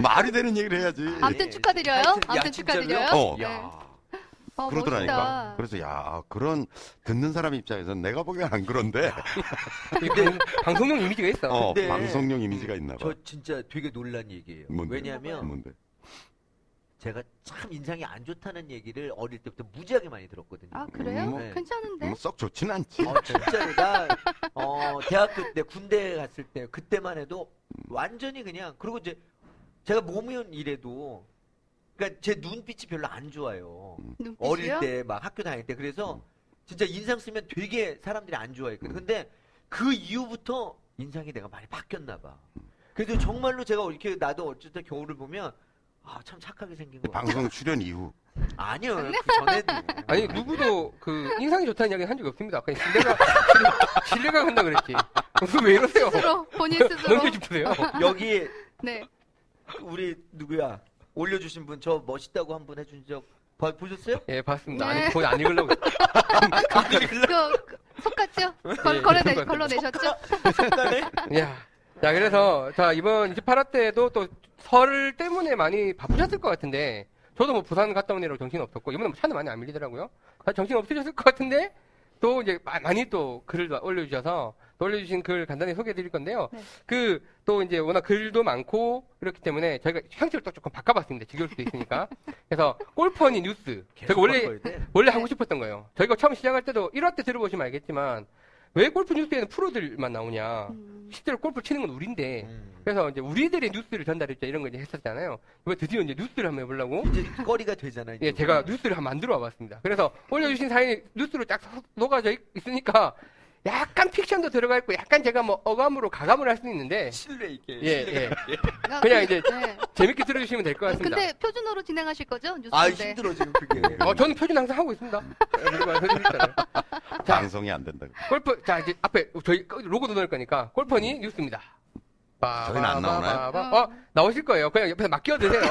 Speaker 2: 말이 되는 얘기를 해야지.
Speaker 3: 아무튼 축하드려요.
Speaker 4: 하여튼, 야,
Speaker 3: 아무튼 축하드려요.
Speaker 2: 진짜로요? 예. 어.
Speaker 3: 네.
Speaker 4: 야.
Speaker 3: 어,
Speaker 2: 그러더라니까.
Speaker 3: 멋있다.
Speaker 2: 그래서 야 그런 듣는 사람 입장에선 내가 보기엔 안 그런데
Speaker 3: 어,
Speaker 1: 방- 방송용 이미지가 있어.
Speaker 2: 어,
Speaker 4: 근데
Speaker 2: 방송용 이미지가 있나 봐.
Speaker 4: 저 진짜 되게 놀란 얘기예요.
Speaker 2: 뭔데?
Speaker 4: 왜냐하면
Speaker 2: 뭔데?
Speaker 4: 제가 참 인상이 안 좋다는 얘기를 어릴 때부터 무지하게 많이 들었거든요.
Speaker 3: 아, 그래요?
Speaker 4: 네.
Speaker 3: 괜찮은데?
Speaker 2: 음, 썩 좋진 않지.
Speaker 4: 어, 진짜로 나 어, 대학교 때 군대 갔을 때 그때만 해도 완전히 그냥 그리고 이제 제가 몸은 이래도 그러니까 제 눈빛이 별로 안 좋아요.
Speaker 3: 눈빛이요?
Speaker 4: 어릴 때 막 학교 다닐 때 그래서
Speaker 2: 음.
Speaker 4: 진짜 인상 쓰면 되게 사람들이 안 좋아했거든.
Speaker 2: 음.
Speaker 4: 근데 그 이후부터 인상이 내가 많이 바뀌었나 봐. 그래도 정말로 제가 이렇게 나도 어쨌든 겨울을 보면 아 참 착하게 생긴 거 같아.
Speaker 2: 방송 출연 이후.
Speaker 4: 아니요 그 전에도
Speaker 1: 아니 누구도 그 인상이 좋다는 이야기 한 적이 없습니다. 아까 신뢰가 신뢰가 간다 그랬지. 무슨 왜 이러세요?
Speaker 3: 스스로, 본인 스스로.
Speaker 1: 넘겨주세요
Speaker 4: 여기
Speaker 3: 네.
Speaker 4: 우리 누구야 올려주신 분 저 멋있다고 한 분 해준 적 봐- 보셨어요?
Speaker 1: 예, 봤습니다.
Speaker 3: 네.
Speaker 1: 아니, 거의 안 읽으려고. 아,
Speaker 3: 그, 그, 속같죠?
Speaker 1: 예,
Speaker 3: 걸, 걸어내,
Speaker 1: 속았어요.
Speaker 3: 걸러내셨죠?
Speaker 4: 잠깐에
Speaker 1: 야. 자, 그래서, 자, 이번 28화 때도 또 설 때문에 많이 바쁘셨을 것 같은데, 저도 뭐 부산 갔다 오느라고 정신 없었고, 이번에 뭐 차는 많이 안 밀리더라고요. 다 정신 없으셨을 것 같은데, 또 이제 마- 많이 또 글을 올려주셔서, 또 올려주신 글 간단히 소개해 드릴 건데요.
Speaker 3: 네.
Speaker 1: 그, 또 이제 워낙 글도 많고, 그렇기 때문에 저희가 형식을 또 조금 바꿔봤습니다. 지겨울 수도 있으니까. 그래서, 골퍼니 뉴스. 저희가 원래 원래 하고
Speaker 3: 네.
Speaker 1: 싶었던 거예요. 저희가 처음 시작할 때도 1화 때 들어보시면 알겠지만 왜 골프 뉴스에는 프로들만 나오냐.
Speaker 3: 음.
Speaker 1: 실제로 골프 치는 건 우리인데.
Speaker 4: 음.
Speaker 1: 그래서 이제 우리들의 뉴스를 전달했자 이런 거 이제 했었잖아요. 이번 드디어 이제 뉴스를 한번 해보려고.
Speaker 4: 이제 거리가 되잖아요.
Speaker 1: 예,
Speaker 2: 네.
Speaker 4: 이쪽으로.
Speaker 1: 제가 뉴스를 한번 만들어 와봤습니다. 그래서 올려주신 사연이 뉴스로 쫙 서- 녹아져 있- 있으니까 약간 픽션도 들어가 있고 약간 제가 뭐 어감으로 가감을 할 수는 있는데
Speaker 4: 신뢰 있게.
Speaker 1: 예, 예.
Speaker 3: 아,
Speaker 1: 그냥 이제
Speaker 3: 네.
Speaker 1: 재밌게 들어주시면 될 것 같습니다.
Speaker 3: 근데 표준어로 진행하실 거죠? 뉴스인데.
Speaker 4: 아 힘들어 지금 그게.
Speaker 1: 어, 저는 표준 항상 하고 있습니다. 그리고 항상 하고 있잖아요.
Speaker 3: 그
Speaker 1: 자.
Speaker 2: 방송이 안 된다고.
Speaker 1: 골프 자 이제 앞에 저희 로고도 넣을 거니까 골퍼니 뉴스입니다. 빠,
Speaker 2: 저희는 안
Speaker 1: 빠,
Speaker 2: 나오나요?
Speaker 1: 빠, 빠, 빠. 어 나오실 거예요. 그냥 옆에서 막 끼어드세요.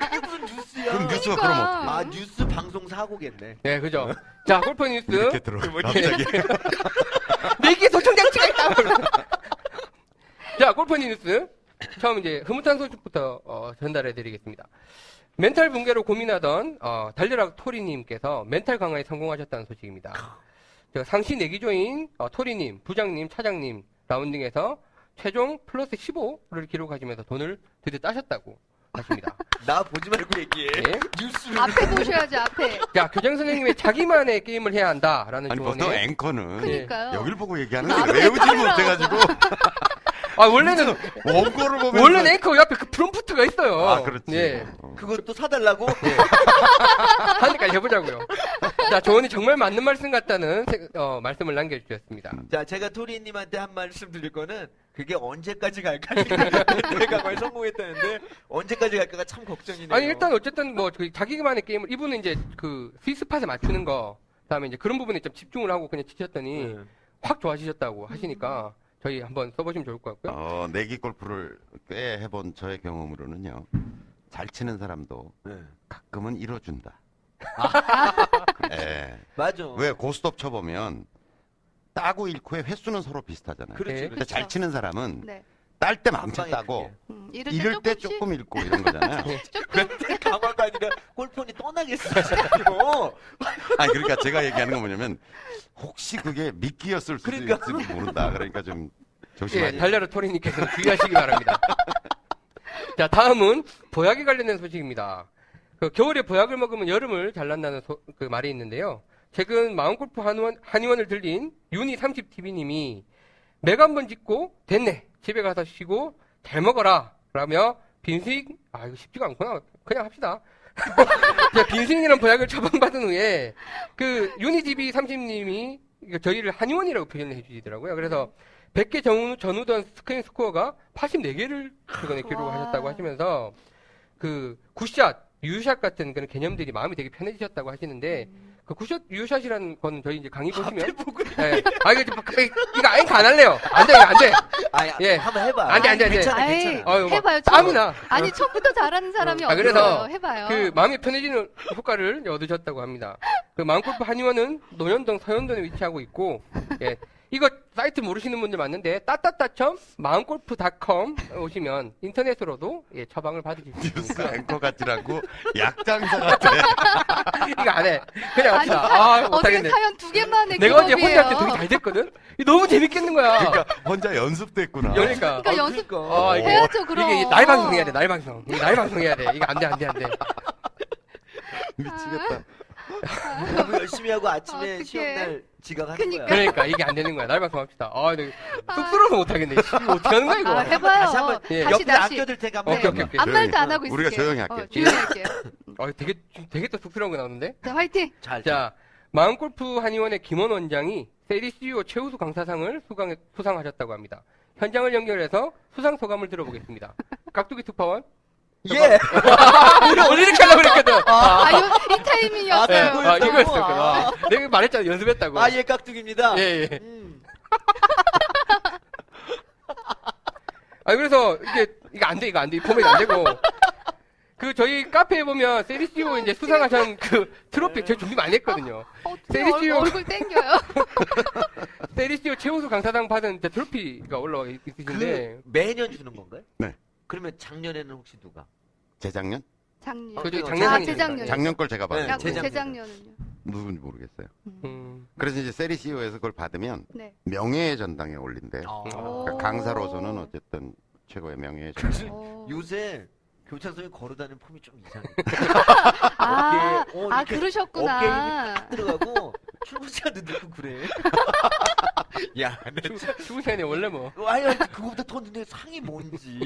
Speaker 4: 그게 무슨 뉴스야?
Speaker 2: 그럼 뉴스가 그럼
Speaker 3: 그러니까.
Speaker 2: 어떻게
Speaker 4: 아 뉴스 방송 사고겠네.
Speaker 1: 네 그죠. 자 골퍼니 뉴스
Speaker 2: 이렇게 들어?
Speaker 1: 갑자기.
Speaker 2: 갑자기.
Speaker 1: 내기 도청장치가 있다. 자 골퍼니 뉴스 처음 이제 흐뭇한 소식부터 어, 전달해드리겠습니다. 멘탈 붕괴로 고민하던 어, 달려라 토리님께서 멘탈 강화에 성공하셨다는 소식입니다. 제가 상시 내기조인 어, 토리님, 부장님, 차장님 라운딩에서 최종 플러스 15를 기록하시면서 돈을 드디어 따셨다고 하십니다.
Speaker 4: 나 보지 말고 얘기해. 아,
Speaker 1: 예.
Speaker 4: 뉴스를.
Speaker 3: 앞에 보셔야죠,
Speaker 2: 네.
Speaker 3: 앞에.
Speaker 1: 자, 교장 선생님의 자기만의 게임을 해야 한다라는
Speaker 2: 아니 보통
Speaker 1: 조언에
Speaker 2: 앵커는
Speaker 3: 그러니까요.
Speaker 2: 여길 보고 얘기하는
Speaker 3: 앞에
Speaker 2: 게 외우질
Speaker 3: 카메라가
Speaker 2: 못해가지고
Speaker 1: 아, 원래는
Speaker 2: 원고를 보면
Speaker 1: 원래는 앵커 옆에 그 프롬프트가 있어요.
Speaker 2: 아 그렇지.
Speaker 1: 예.
Speaker 2: 어.
Speaker 4: 그것도 사달라고?
Speaker 1: 하니까 해보자고요. 자, 조언이 정말 맞는 말씀 같다는 세- 어, 말씀을 남겨주셨습니다.
Speaker 4: 자, 제가 토리님한테 한 말씀 드릴 거는 그게 언제까지 갈까? 내가 거의 성공했다는데 언제까지 갈까가 참 걱정이네요.
Speaker 1: 아니 일단 어쨌든 뭐그 자기만의 게임을 이분은 이제 그 스위스팟에 맞추는 거 그다음에 이제 그런 부분에 좀 집중을 하고 그냥 지쳤더니
Speaker 2: 네.
Speaker 4: 예.
Speaker 1: 확 좋아지셨다고 하시니까 저희 한번 써보시면 좋을 것 같고요.
Speaker 2: 어, 내기 골프를 꽤 해본 저의 경험으로는요. 잘 치는 사람도
Speaker 4: 예.
Speaker 2: 가끔은 잃어준다. 예.
Speaker 4: 맞아.
Speaker 2: 왜 고스톱 쳐보면 따고 잃고의 횟수는 서로 비슷하잖아요.
Speaker 4: 그렇지.
Speaker 1: 네.
Speaker 4: 그렇죠. 그렇지.
Speaker 2: 근데 잘 치는 사람은
Speaker 3: 네.
Speaker 2: 딸 때 맘껏
Speaker 4: 방에
Speaker 2: 따고
Speaker 3: 음, 이럴 때
Speaker 2: 잃을 때
Speaker 3: 조금씩.
Speaker 2: 조금 잃고 이런 거잖아요.
Speaker 4: 그때 강화가 아니라 골폰이 떠나겠어. 진짜로.
Speaker 2: 아니 그러니까 제가 얘기하는 건 뭐냐면 혹시 그게 미끼였을 수도
Speaker 4: 그러니까.
Speaker 2: 있을지 모른다. 그러니까 좀
Speaker 1: 예,
Speaker 2: 조심하세요.
Speaker 1: 달려라 토리님께서 주의하시기 바랍니다. 자, 다음은 보약에 관련된 소식입니다. 그 겨울에 보약을 먹으면 여름을 잘난다는 소- 그 말이 있는데요. 최근 마음골프 한의원, 한의원을 들린 윤희30TV님이 맥 한 번 짚고 됐네 집에 가서 쉬고 잘 먹어라 라며 빈스윙 아 이거 쉽지가 않구나 그냥 합시다 자, 빈스윙이란 보약을 처방받은 후에 그 윤희TV 30님이 저희를 한의원이라고 표현을 해주시더라고요 그래서 100개 전후, 전후던 스크린 스코어가 84개를 최근에 기록하셨다고
Speaker 3: 와.
Speaker 1: 하시면서 그 굿샷 유샷 같은 그런 개념들이 마음이 되게 편해지셨다고 하시는데
Speaker 3: 음.
Speaker 1: 그 굿샷 유샷이라는 거는 저희 이제 강의 보시면 예. 아, 이거, 좀- 이거, 이거 아예 안 할래요. 안 돼, 이거 안 돼.
Speaker 4: 아이, 아,
Speaker 1: 예.
Speaker 4: 한번 해봐.
Speaker 1: 안 돼, 안 돼, 안 돼.
Speaker 4: 괜찮아,
Speaker 3: 아이,
Speaker 4: 괜찮아.
Speaker 1: 아유, 막
Speaker 3: 해봐요,
Speaker 1: 땀이
Speaker 3: 처음.
Speaker 1: 나.
Speaker 3: 아니, 처음부터 잘하는 사람이
Speaker 1: 아,
Speaker 3: 어디
Speaker 1: 그래서
Speaker 3: 있어요? 해봐요.
Speaker 1: 그, 마음이 편해지는 효과를 얻으셨다고 합니다. 그, 마음골프 한의원은 노현동 서현동에 위치하고 있고, 예. 이거 사이트 모르시는 분들 많은데, 따따따첨 마음골프닷컴 오시면 인터넷으로도 예, 처방을 받으실 수
Speaker 2: 뉴스
Speaker 1: 있으니까.
Speaker 2: 앵커 같지라고 약장사 같아.
Speaker 1: 이거 안 해. 그냥
Speaker 3: 아니,
Speaker 1: 없어. 아,
Speaker 3: 어떻게
Speaker 1: 못하겠네.
Speaker 3: 사연 두 개만 해
Speaker 1: 내가 어제 혼자 할 때 되게
Speaker 3: 기겁이에요.
Speaker 1: 잘 됐거든? 이거 너무 재밌겠는 거야.
Speaker 2: 혼자 연습도 했구나.
Speaker 1: 그러니까.
Speaker 3: 그러니까
Speaker 4: 아,
Speaker 3: 연습
Speaker 1: 아,
Speaker 2: 어.
Speaker 1: 이게,
Speaker 3: 해야죠, 그럼.
Speaker 1: 이게 날 방송해야 돼, 날 방송. 이게 날 방송해야 돼. 이거 안 돼, 안 돼, 안 돼.
Speaker 4: 아.
Speaker 2: 미치겠다.
Speaker 4: 너무 열심히 하고 아침에
Speaker 3: 어떡해.
Speaker 4: 시험날 지각하는
Speaker 3: 그니까.
Speaker 4: 거야.
Speaker 1: 그러니까 이게 안 되는 거야. 날 방송합시다. 아, 근데 쑥스러워서 못하겠네. 씨, 이거 어떻게 하는 거야, 이거.
Speaker 3: 아, 해봐요.
Speaker 4: 다시 한번
Speaker 1: 예.
Speaker 3: 다시
Speaker 4: 옆에서
Speaker 3: 다시.
Speaker 4: 아껴둘 테니까
Speaker 3: 어,
Speaker 1: 오케이,
Speaker 4: 한번
Speaker 1: 오케이, 오케이.
Speaker 3: 아무 말도 안 하고 있을게요.
Speaker 2: 우리가 조용히 할게.
Speaker 3: 어, 조용히 할게요.
Speaker 1: 아, 되게, 지금 되게 또 쑥스러운 거 나오는데?
Speaker 3: 자, 화이팅.
Speaker 4: 잘
Speaker 1: 자, 마음골프 한의원의 김원 원장이 세리 CEO 최우수 강사상을 수강, 수상하셨다고 합니다. 현장을 연결해서 수상 소감을 들어보겠습니다. 깍두기 특파원?
Speaker 4: 예.
Speaker 1: 원래 이렇게 하려고 그랬거든.
Speaker 3: 아, 요, 이
Speaker 1: 예,
Speaker 3: 타이밍이었어요.
Speaker 4: 네.
Speaker 1: 아, 이거였어.
Speaker 4: 이거였다고.
Speaker 1: 아, 내가 말했잖아. 연습했다고.
Speaker 4: 아예 깍두기입니다.
Speaker 1: 예, 예.
Speaker 4: 음.
Speaker 1: 아, 그래서 이게, 이거 안 돼, 이거 안 돼. 이 포맷 안 되고. 그, 저희 카페에 보면 세리 CEO 이제 수상하신 그 트로피 제가 준비 많이 했거든요.
Speaker 3: 어떻게
Speaker 1: 세리
Speaker 3: 얼굴,
Speaker 1: 씨요.
Speaker 3: 얼굴 땡겨요.
Speaker 1: 세리 CEO 최우수 강사상 받은 이제 트로피가 올라와 있- 있으신데.
Speaker 4: 그 매년 주는 건가요?
Speaker 2: 네.
Speaker 4: 그러면 작년에는 혹시 누가?
Speaker 2: 재작년?
Speaker 3: 작년.
Speaker 1: 그, 저기
Speaker 4: 아,
Speaker 1: 작년상이니까.
Speaker 3: 재작년이요.
Speaker 2: 작년 걸 제가
Speaker 4: 네,
Speaker 2: 받았어요.
Speaker 3: 야,
Speaker 4: 재작년.
Speaker 3: 재작년은요.
Speaker 2: 누군지 모르겠어요.
Speaker 1: 음,
Speaker 2: 그래서 이제 세리 CEO에서 그걸 받으면
Speaker 3: 네.
Speaker 2: 명예의 전당에 올린대요.
Speaker 4: 아.
Speaker 1: 어.
Speaker 2: 그러니까 강사로서는 어쨌든 최고의 명예의 전당.
Speaker 3: 오.
Speaker 4: 요새 교창성에 걸어다니는 폼이 좀 이상해.
Speaker 3: 아, 아
Speaker 4: 어깨, 어, 이렇게 어깨 힘이
Speaker 3: 그러셨구나.
Speaker 4: 딱 들어가고 출근 시간도 늦고 그래. 야, 근데
Speaker 1: 죽은 시간이 원래 뭐.
Speaker 4: 어, 아니 그거보다 더 눈에 상이 뭔지.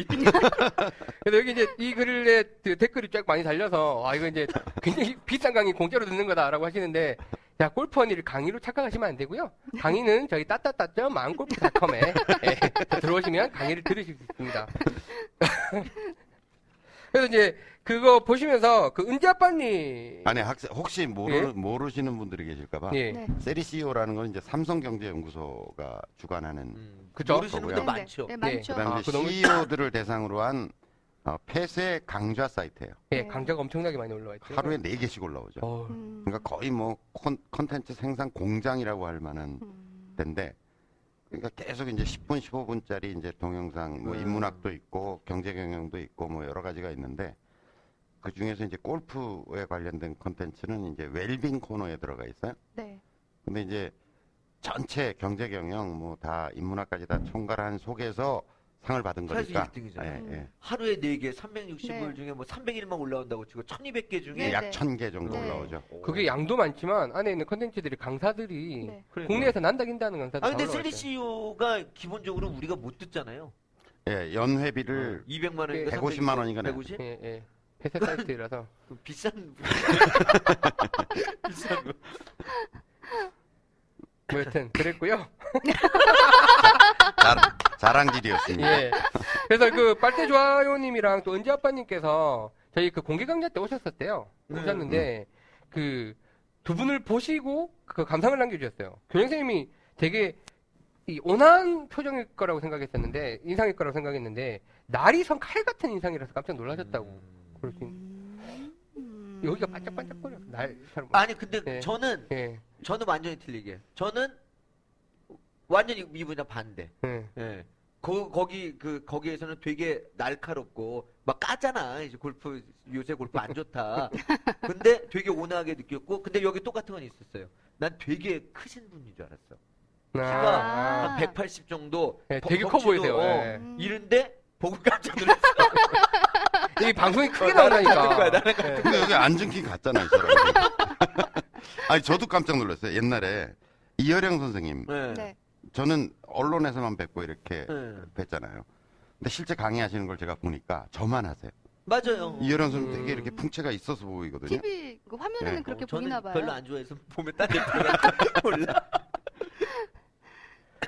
Speaker 1: 그래서 여기 이제 이 글에 그 댓글이 쫙 많이 달려서 아 이거 이제 굉장히 비싼 강의 공짜로 듣는 거다라고 하시는데 자 골프 언니를 강의로 착각하시면 안 되고요 강의는 저희 따따따 마음골프닷컴에 예, 들어오시면 강의를 들으실 수 있습니다. 그래서 이제 그거 보시면서 그 은지 아빠님
Speaker 2: 아니 학생 혹시 모르, 모르시는 분들이 계실까봐
Speaker 1: 예
Speaker 3: 네.
Speaker 2: 세리 CEO라는 건 이제 삼성경제연구소가 주관하는
Speaker 4: 음,
Speaker 1: 그죠?
Speaker 4: 모르시는 분들
Speaker 2: 그거야.
Speaker 4: 많죠.
Speaker 3: 네,
Speaker 1: 예.
Speaker 3: 많죠.
Speaker 2: 그다음에
Speaker 1: 아,
Speaker 2: 이제
Speaker 1: 그 너무-
Speaker 2: CEO들을 대상으로 한 어, 폐쇄 강좌 사이트예요.
Speaker 1: 예, 강좌가 엄청나게 많이 올라와 있죠.
Speaker 2: 하루에 네 개씩 올라오죠.
Speaker 1: 어,
Speaker 3: 음.
Speaker 2: 그러니까 거의 뭐 콘, 콘텐츠 생산 공장이라고 할 만한
Speaker 3: 음.
Speaker 2: 데인데 그러니까 계속 이제 10분, 15분짜리 이제 동영상 뭐
Speaker 4: 음.
Speaker 2: 인문학도 있고 경제 경영도 있고 뭐 여러 가지가 있는데 그 중에서 이제 골프에 관련된 콘텐츠는 이제 웰빙 코너에 들어가 있어요.
Speaker 3: 네.
Speaker 2: 근데 이제 전체 경제 경영 뭐 다 인문학까지 다 총괄한 속에서 상을 받은
Speaker 4: 사실 음.
Speaker 2: 거니까.
Speaker 4: 1등이잖아요.
Speaker 2: 예, 예.
Speaker 4: 하루에 4개, 360일
Speaker 3: 네.
Speaker 4: 중에 뭐 300일만 올라온다고 치고 1200개 중에
Speaker 3: 네,
Speaker 2: 약
Speaker 3: 네.
Speaker 2: 1000개 정도
Speaker 3: 네.
Speaker 2: 올라오죠.
Speaker 1: 그게 양도 많지만 안에 있는 컨텐츠들이 강사들이
Speaker 3: 네.
Speaker 4: 그래.
Speaker 1: 국내에서 난다긴다는 강사들
Speaker 4: 아 근데
Speaker 1: 다 올라와
Speaker 4: 셀리
Speaker 1: 있어요.
Speaker 4: CEO가 기본적으로 우리가 못 듣잖아요.
Speaker 2: 예, 연회비를
Speaker 4: 200만 원인가
Speaker 2: 150만 원인가 내요.
Speaker 4: 150?
Speaker 1: 예, 예. 회사 사이트라서. 네.
Speaker 4: 비싼 비싼 거.
Speaker 1: 뭐 여튼 그랬고요.
Speaker 4: 음.
Speaker 2: 자- 자랑질이었습니다.
Speaker 1: 예. 그래서 그 빨대 좋아요님이랑 또 은지 아빠님께서 저희 그 공개 강좌 때 오셨었대요.
Speaker 4: 네.
Speaker 1: 오셨는데 그 두 분을 보시고 그 감상을 남겨주셨어요. 교장 선생님이 되게 이 온화한 표정일 거라고 생각했었는데 인상일 거라고 생각했는데 날이 선 칼 같은 인상이라서 깜짝 놀라셨다고.
Speaker 4: 음.
Speaker 1: 그렇게
Speaker 3: 음.
Speaker 1: 여기가 반짝반짝거려. 날처럼.
Speaker 4: 아니 근데
Speaker 1: 네.
Speaker 4: 저는
Speaker 1: 예.
Speaker 4: 저는 완전히 틀리게. 저는 완전히 이분이랑 반대.
Speaker 1: 예.
Speaker 4: 예. 거, 거기 그 거기에서는 되게 날카롭고 막 까잖아. 이제 골프 요새 골프 안 좋다. 근데 되게 온화하게 느꼈고 근데 여기 똑같은 건 있었어요. 난 되게 크신 분인 줄 알았어.
Speaker 1: 아.
Speaker 3: 아.
Speaker 4: 한 180 정도.
Speaker 1: 예,
Speaker 4: 버-
Speaker 1: 되게 커
Speaker 4: 벅지도,
Speaker 1: 보이세요.
Speaker 4: 어,
Speaker 1: 예.
Speaker 3: 음.
Speaker 4: 이런데 보고 깜짝 놀랐어.
Speaker 1: 이 방송이 크게
Speaker 4: 어, 나랑
Speaker 1: 나오니까.
Speaker 4: 같은 거야, 나랑
Speaker 1: 예.
Speaker 2: 근데 여기 앉은 키 같잖아요, 이 사람. 아니, 저도 깜짝 놀랐어요. 옛날에 이효령 선생님,
Speaker 4: 예.
Speaker 3: 네.
Speaker 2: 저는 언론에서만 뵙고 이렇게
Speaker 4: 예.
Speaker 2: 뵀잖아요. 근데 실제 강의하시는 걸 제가 보니까 저만 하세요.
Speaker 4: 맞아요. 예.
Speaker 2: 이효령
Speaker 1: 음.
Speaker 2: 선생님 되게 이렇게 풍채가 있어서 보이거든요.
Speaker 3: TV 그 화면에는
Speaker 2: 네.
Speaker 3: 그렇게
Speaker 4: 어, 저는
Speaker 3: 보이나 봐요.
Speaker 4: 별로 안 좋아해서 보면 딴데 보면 몰라.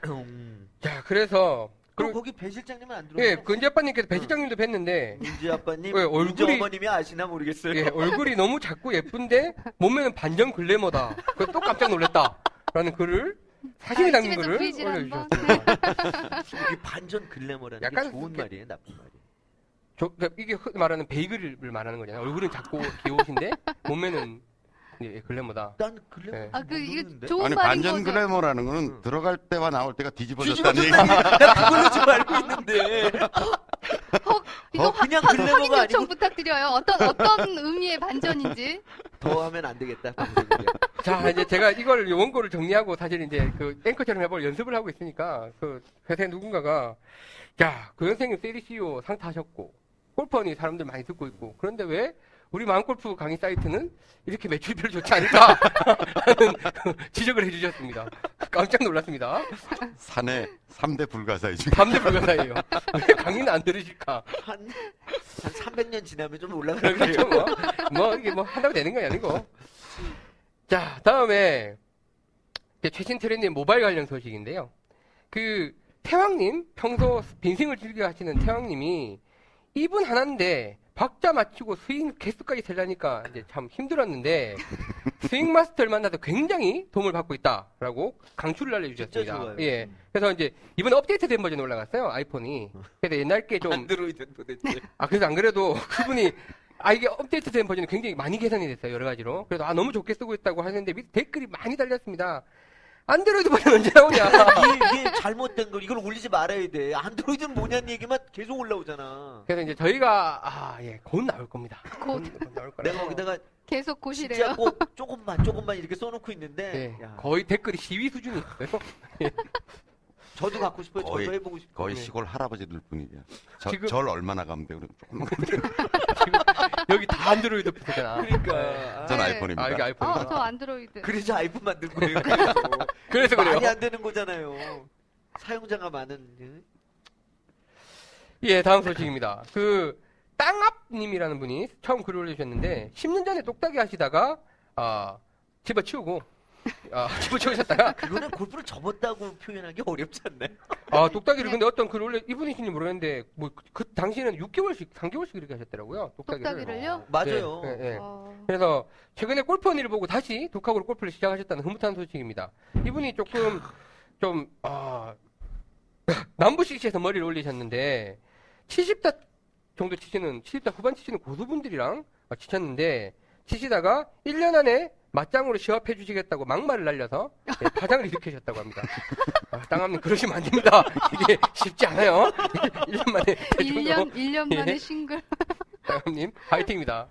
Speaker 4: 음.
Speaker 1: 자, 그래서
Speaker 4: 그럼
Speaker 1: 그리고
Speaker 4: 거기 배 실장님은 안 들어오네.
Speaker 1: 예, 근지 아빠님께서 배 실장님도 뵀는데
Speaker 4: 민지 아빠님,
Speaker 1: 왜, 얼굴이-
Speaker 4: 민지 어머님이 아시나 모르겠어요.
Speaker 1: 예, 얼굴이 너무 작고 예쁜데 몸매는 반전 글래머다. 그또 깜짝 놀랐다라는 글을 사진이
Speaker 3: 아,
Speaker 1: 담긴
Speaker 3: 집에서
Speaker 1: 글을
Speaker 3: 브이질 한번.
Speaker 1: 올려주셨습니다.
Speaker 4: 이게 반전 글래머라는 게
Speaker 1: 약간
Speaker 4: 좋은
Speaker 1: 그-
Speaker 4: 말이에요, 나쁜 말이에요.
Speaker 1: 저- 그러니까 이게 흔히 말하는 베이글을 말하는 거잖아요. 얼굴은 작고 귀여우신데 몸매는 예, 글래머다.
Speaker 4: 난 글래머.
Speaker 1: 예.
Speaker 3: 아, 그, 이거
Speaker 4: 모르는데?
Speaker 3: 좋은
Speaker 2: 아니,
Speaker 3: 말인
Speaker 2: 반전
Speaker 3: 거죠.
Speaker 2: 글래머라는 거는
Speaker 1: 음.
Speaker 4: 응.
Speaker 2: 들어갈 때와 나올 때가 뒤집어졌다는
Speaker 4: 뒤집어졌다는
Speaker 2: 얘기.
Speaker 4: 얘기. 나 그걸로 좀 알고 있는데.
Speaker 3: 이거 확,
Speaker 4: 어, 그냥
Speaker 3: 확
Speaker 4: 글래머가
Speaker 3: 확인 요청
Speaker 4: 아니고-
Speaker 3: 부탁드려요. 어떤 어떤 의미의 반전인지.
Speaker 4: 더 하면 안 되겠다. 방송국에.
Speaker 1: 자, 이제 제가 이걸 요 원고를 정리하고 사실 이제 그 앵커처럼 해볼 연습을 하고 있으니까 그 회사에 누군가가 야, 그 선생님 세리시오 상 타셨고 골퍼니 사람들 많이 듣고 있고 그런데 왜 우리 마음골프 강의 사이트는 이렇게 매출이 별로 좋지 않다 하는 지적을 해주셨습니다. 깜짝 놀랐습니다.
Speaker 2: 사내 3대 불가사의 중
Speaker 1: 담대 불가사예요. 왜 강의는 안 들으실까?
Speaker 4: 한, 한 300년 지나면 좀 올라가는 거예요.
Speaker 1: 그렇죠 뭐. 뭐 이게 뭐 한다고 되는 거 아니고. 자 다음에 이제 최신 트렌드의 모바일 관련 소식인데요. 그 태왕님 평소 빈승을 즐겨 하시는 태왕님이 이분 하나인데 박자 맞추고 스윙 개수까지 세려니까 이제 참 힘들었는데 스윙 마스터를 만나서 굉장히 도움을 받고 있다라고 강추를 알려주셨습니다.
Speaker 4: 진짜 좋아요.
Speaker 1: 예. 그래서 이제 이번에 업데이트된 버전 올라갔어요 아이폰이. 그래서 옛날
Speaker 4: 아,
Speaker 1: 게좀
Speaker 4: 안드로이드는 도대체.
Speaker 1: 아, 그래서 안 그래도 그분이, 아, 이게 업데이트된 버전이 굉장히 많이 개선이 됐어요, 여러 가지로. 그래서, 아, 너무 좋게 쓰고 있다고 하는데, 밑에 댓글이 많이 달렸습니다. 안드로이드 버전 언제 나오냐.
Speaker 4: 이게, 이게 잘못된 걸 이걸 올리지 말아야 돼. 안드로이드는 뭐냐는 얘기만 계속 올라오잖아.
Speaker 1: 그래서 이제 저희가, 아, 예, 곧 나올 겁니다.
Speaker 3: 곧
Speaker 1: 곧 나올 거라고.
Speaker 4: 내가 거기다가
Speaker 3: 계속
Speaker 4: 진짜
Speaker 3: 고시래요.
Speaker 4: 꼭 조금만 조금만 이렇게 써놓고 있는데
Speaker 1: 예,
Speaker 4: 야,
Speaker 1: 거의 댓글이 시위 수준이었어요.
Speaker 4: 저도 갖고 싶어요.
Speaker 2: 거의-
Speaker 4: 저도 해보고 싶어요.
Speaker 2: 거의
Speaker 1: 네.
Speaker 2: 시골 할아버지들 뿐이야. 저,
Speaker 1: 지금-
Speaker 2: 절 얼마나 가면 돼? 그럼 조금만
Speaker 1: 지금 여기 다 안드로이드 붙잖아.
Speaker 4: 그러니까.
Speaker 2: 전
Speaker 3: 네.
Speaker 2: 아이폰입니다.
Speaker 1: 아, 이게 아이폰이구나.
Speaker 3: 어, 저 안드로이드.
Speaker 4: 그래서 아이폰 만들 거예요. 그래서.
Speaker 1: 그래서 그래요.
Speaker 4: 많이 안 되는 거잖아요. 사용자가 많은. 응?
Speaker 1: 예, 다음 소식입니다. 그 땅앞님이라는 분이 처음 글을 올려주셨는데 10년 전에 똑딱이 하시다가 아 집어치우고 아 집어치우셨다가
Speaker 4: 그거는 골프를 접었다고 표현하기 어렵지 않나요?
Speaker 1: 아 똑딱이를 근데 어떤 글을 올려 이분이신지 모르겠는데 뭐 그 당시에는 6개월씩 3개월씩 이렇게 하셨더라고요 똑딱이를.
Speaker 3: 똑딱이를요?
Speaker 4: 맞아요.
Speaker 1: 예, 예, 예.
Speaker 3: 어.
Speaker 1: 그래서 최근에 골프 언니를 보고 다시 독학으로 골프를 시작하셨다는 흐뭇한 소식입니다. 이분이 조금 좀 아, 남부 CC에서 머리를 올리셨는데 70다 정도 치시는 70다 후반 치시는 고수분들이랑 어, 치셨는데 치시다가 1년 안에 맞짱으로 시합해 주시겠다고 막말을 날려서 예, 파장을 일으키셨다고 합니다. 아, 땅함님 그러시면 안 됩니다. 이게 쉽지 않아요. 1년 만에 대중으로
Speaker 3: 1년, 1년 만에
Speaker 1: 예.
Speaker 3: 싱글.
Speaker 1: 사장님 화이팅입니다.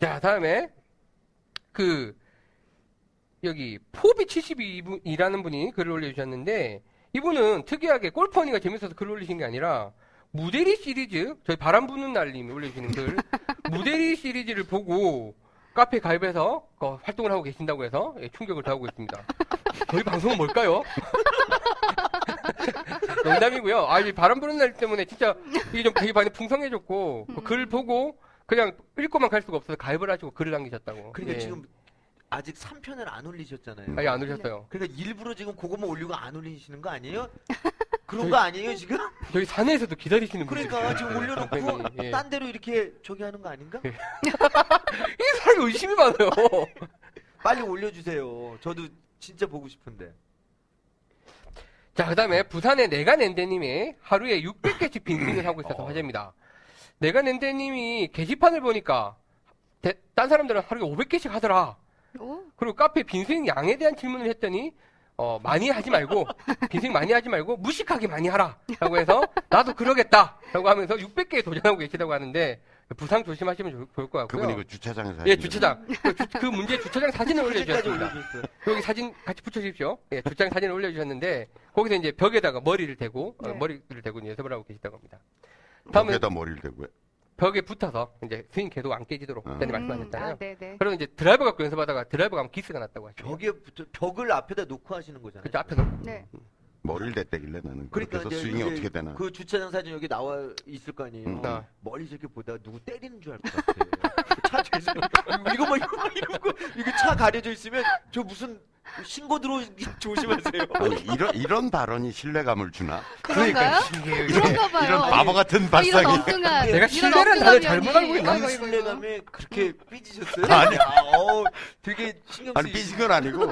Speaker 1: 자 다음에 그 여기 포비 72이라는 분이 글을 올려주셨는데 이분은 특이하게 골프언니가 재밌어서 글을 올리신 게 아니라 무대리 시리즈 저희 바람 부는 날님이 올려주시는 글 무대리 시리즈를 보고 카페 가입해서 그 활동을 하고 계신다고 해서 예, 충격을 더하고 있습니다. 저희 방송은 뭘까요? 농담이고요. 아, 이 바람 부는 날 때문에 진짜 이게 좀 되게 많이 풍성해졌고 그글 보고 그냥 읽고만 갈 수가 없어서 가입을 하시고 글을 남기셨다고.
Speaker 4: 그러니까
Speaker 1: 예.
Speaker 4: 지금 아직 3편을 안 올리셨잖아요.
Speaker 1: 아예 안 오셨어요.
Speaker 4: 그러니까 일부러 지금 그것만 올리고 안 올리시는 거 아니에요? 그런 거 아니에요 지금?
Speaker 1: 저희 사내에서도 기다리시는 분들.
Speaker 4: 그러니까 지금 올려놓고
Speaker 1: 예.
Speaker 4: 딴 데로 이렇게 저기 하는 거 아닌가?
Speaker 1: 이 사람이 의심이 많아요.
Speaker 4: 빨리 올려주세요. 저도 진짜 보고 싶은데.
Speaker 1: 자, 그 다음에 부산의 내가낸데님이 하루에 600개씩 빙빙을 하고 있어서 화제입니다. 내가낸데님이 게시판을 보니까 대- 딴 사람들은 하루에 500개씩 하더라.
Speaker 3: 오,
Speaker 1: 그리고 카페 빈수익 양에 대한 질문을 했더니 어, 많이 하지 말고 빈수익 많이 하지 말고 무식하게 많이 하라라고 해서 나도 그러겠다라고 하면서 600개에 도전하고 계시다고 하는데 부상 조심하시면 좋- 좋을 것 같고요.
Speaker 2: 그분이 그 주차장에서
Speaker 1: 예,
Speaker 2: 하시는
Speaker 1: 주차장. 그, 주- 그 문제 주차장 사진을
Speaker 4: 사진까지
Speaker 1: 올려주셨습니다.
Speaker 4: 올려줬어요.
Speaker 1: 여기 사진 같이 붙여주십시오. 예, 주차장 사진을 올려주셨는데 거기서 이제 벽에다가 머리를 대고 어,
Speaker 3: 네.
Speaker 1: 머리를 대고 연습을 하고 계시다고 합니다. 다음에
Speaker 2: 거기에다 머리를 대고요.
Speaker 1: 벽에 붙어서 이제 스윙 궤도가 안 깨지도록
Speaker 2: 음.
Speaker 1: 전에
Speaker 3: 음,
Speaker 1: 말씀하셨잖아요.
Speaker 3: 아, 네네.
Speaker 1: 그리고 이제 드라이버 갖고 연습하다가 드라이버 가면 기스가 났다고 하죠.
Speaker 4: 벽에 붙어 벽을 앞에다 놓고 하시는 거잖아요.
Speaker 1: 그쵸, 앞에서.
Speaker 3: 네.
Speaker 2: 머리를 댔대길래 나는.
Speaker 4: 그러니까
Speaker 2: 그래서
Speaker 4: 이제
Speaker 2: 스윙이
Speaker 4: 이제
Speaker 2: 어떻게 되나.
Speaker 4: 그 주차장 사진 여기 나와 있을 거 아니에요.
Speaker 2: 음.
Speaker 1: 아.
Speaker 4: 멀리서 이렇게 보다가 누구 때리는 줄 알 것 같아. 그 차 뒤에서 이거 막 이거 막 이러고 이거 차 가려져 있으면 저 무슨 신고 들어 조심하세요.
Speaker 2: 아니,
Speaker 3: 그
Speaker 2: 이런, 이런 발언이 신뢰감을 주나?
Speaker 3: 그런가요?
Speaker 1: 신기해요. 이게.
Speaker 3: 그런가 봐요.
Speaker 2: 이런 바보 같은
Speaker 3: 아, 이런
Speaker 2: 발상이.
Speaker 3: 엉뚱한.
Speaker 4: 내가
Speaker 3: 이런
Speaker 1: 신뢰를 다들
Speaker 3: 엉뚱한
Speaker 1: 잘못
Speaker 3: 면이.
Speaker 1: 알고 있나?
Speaker 3: 아이고,
Speaker 4: 남
Speaker 3: 아이고, 아이고.
Speaker 4: 신뢰감에 그렇게 삐지셨어요?
Speaker 2: 음. 아니.
Speaker 4: 아, 어우, 되게 신경
Speaker 2: 아니,
Speaker 4: 쓰이
Speaker 2: 삐진 건 아니고,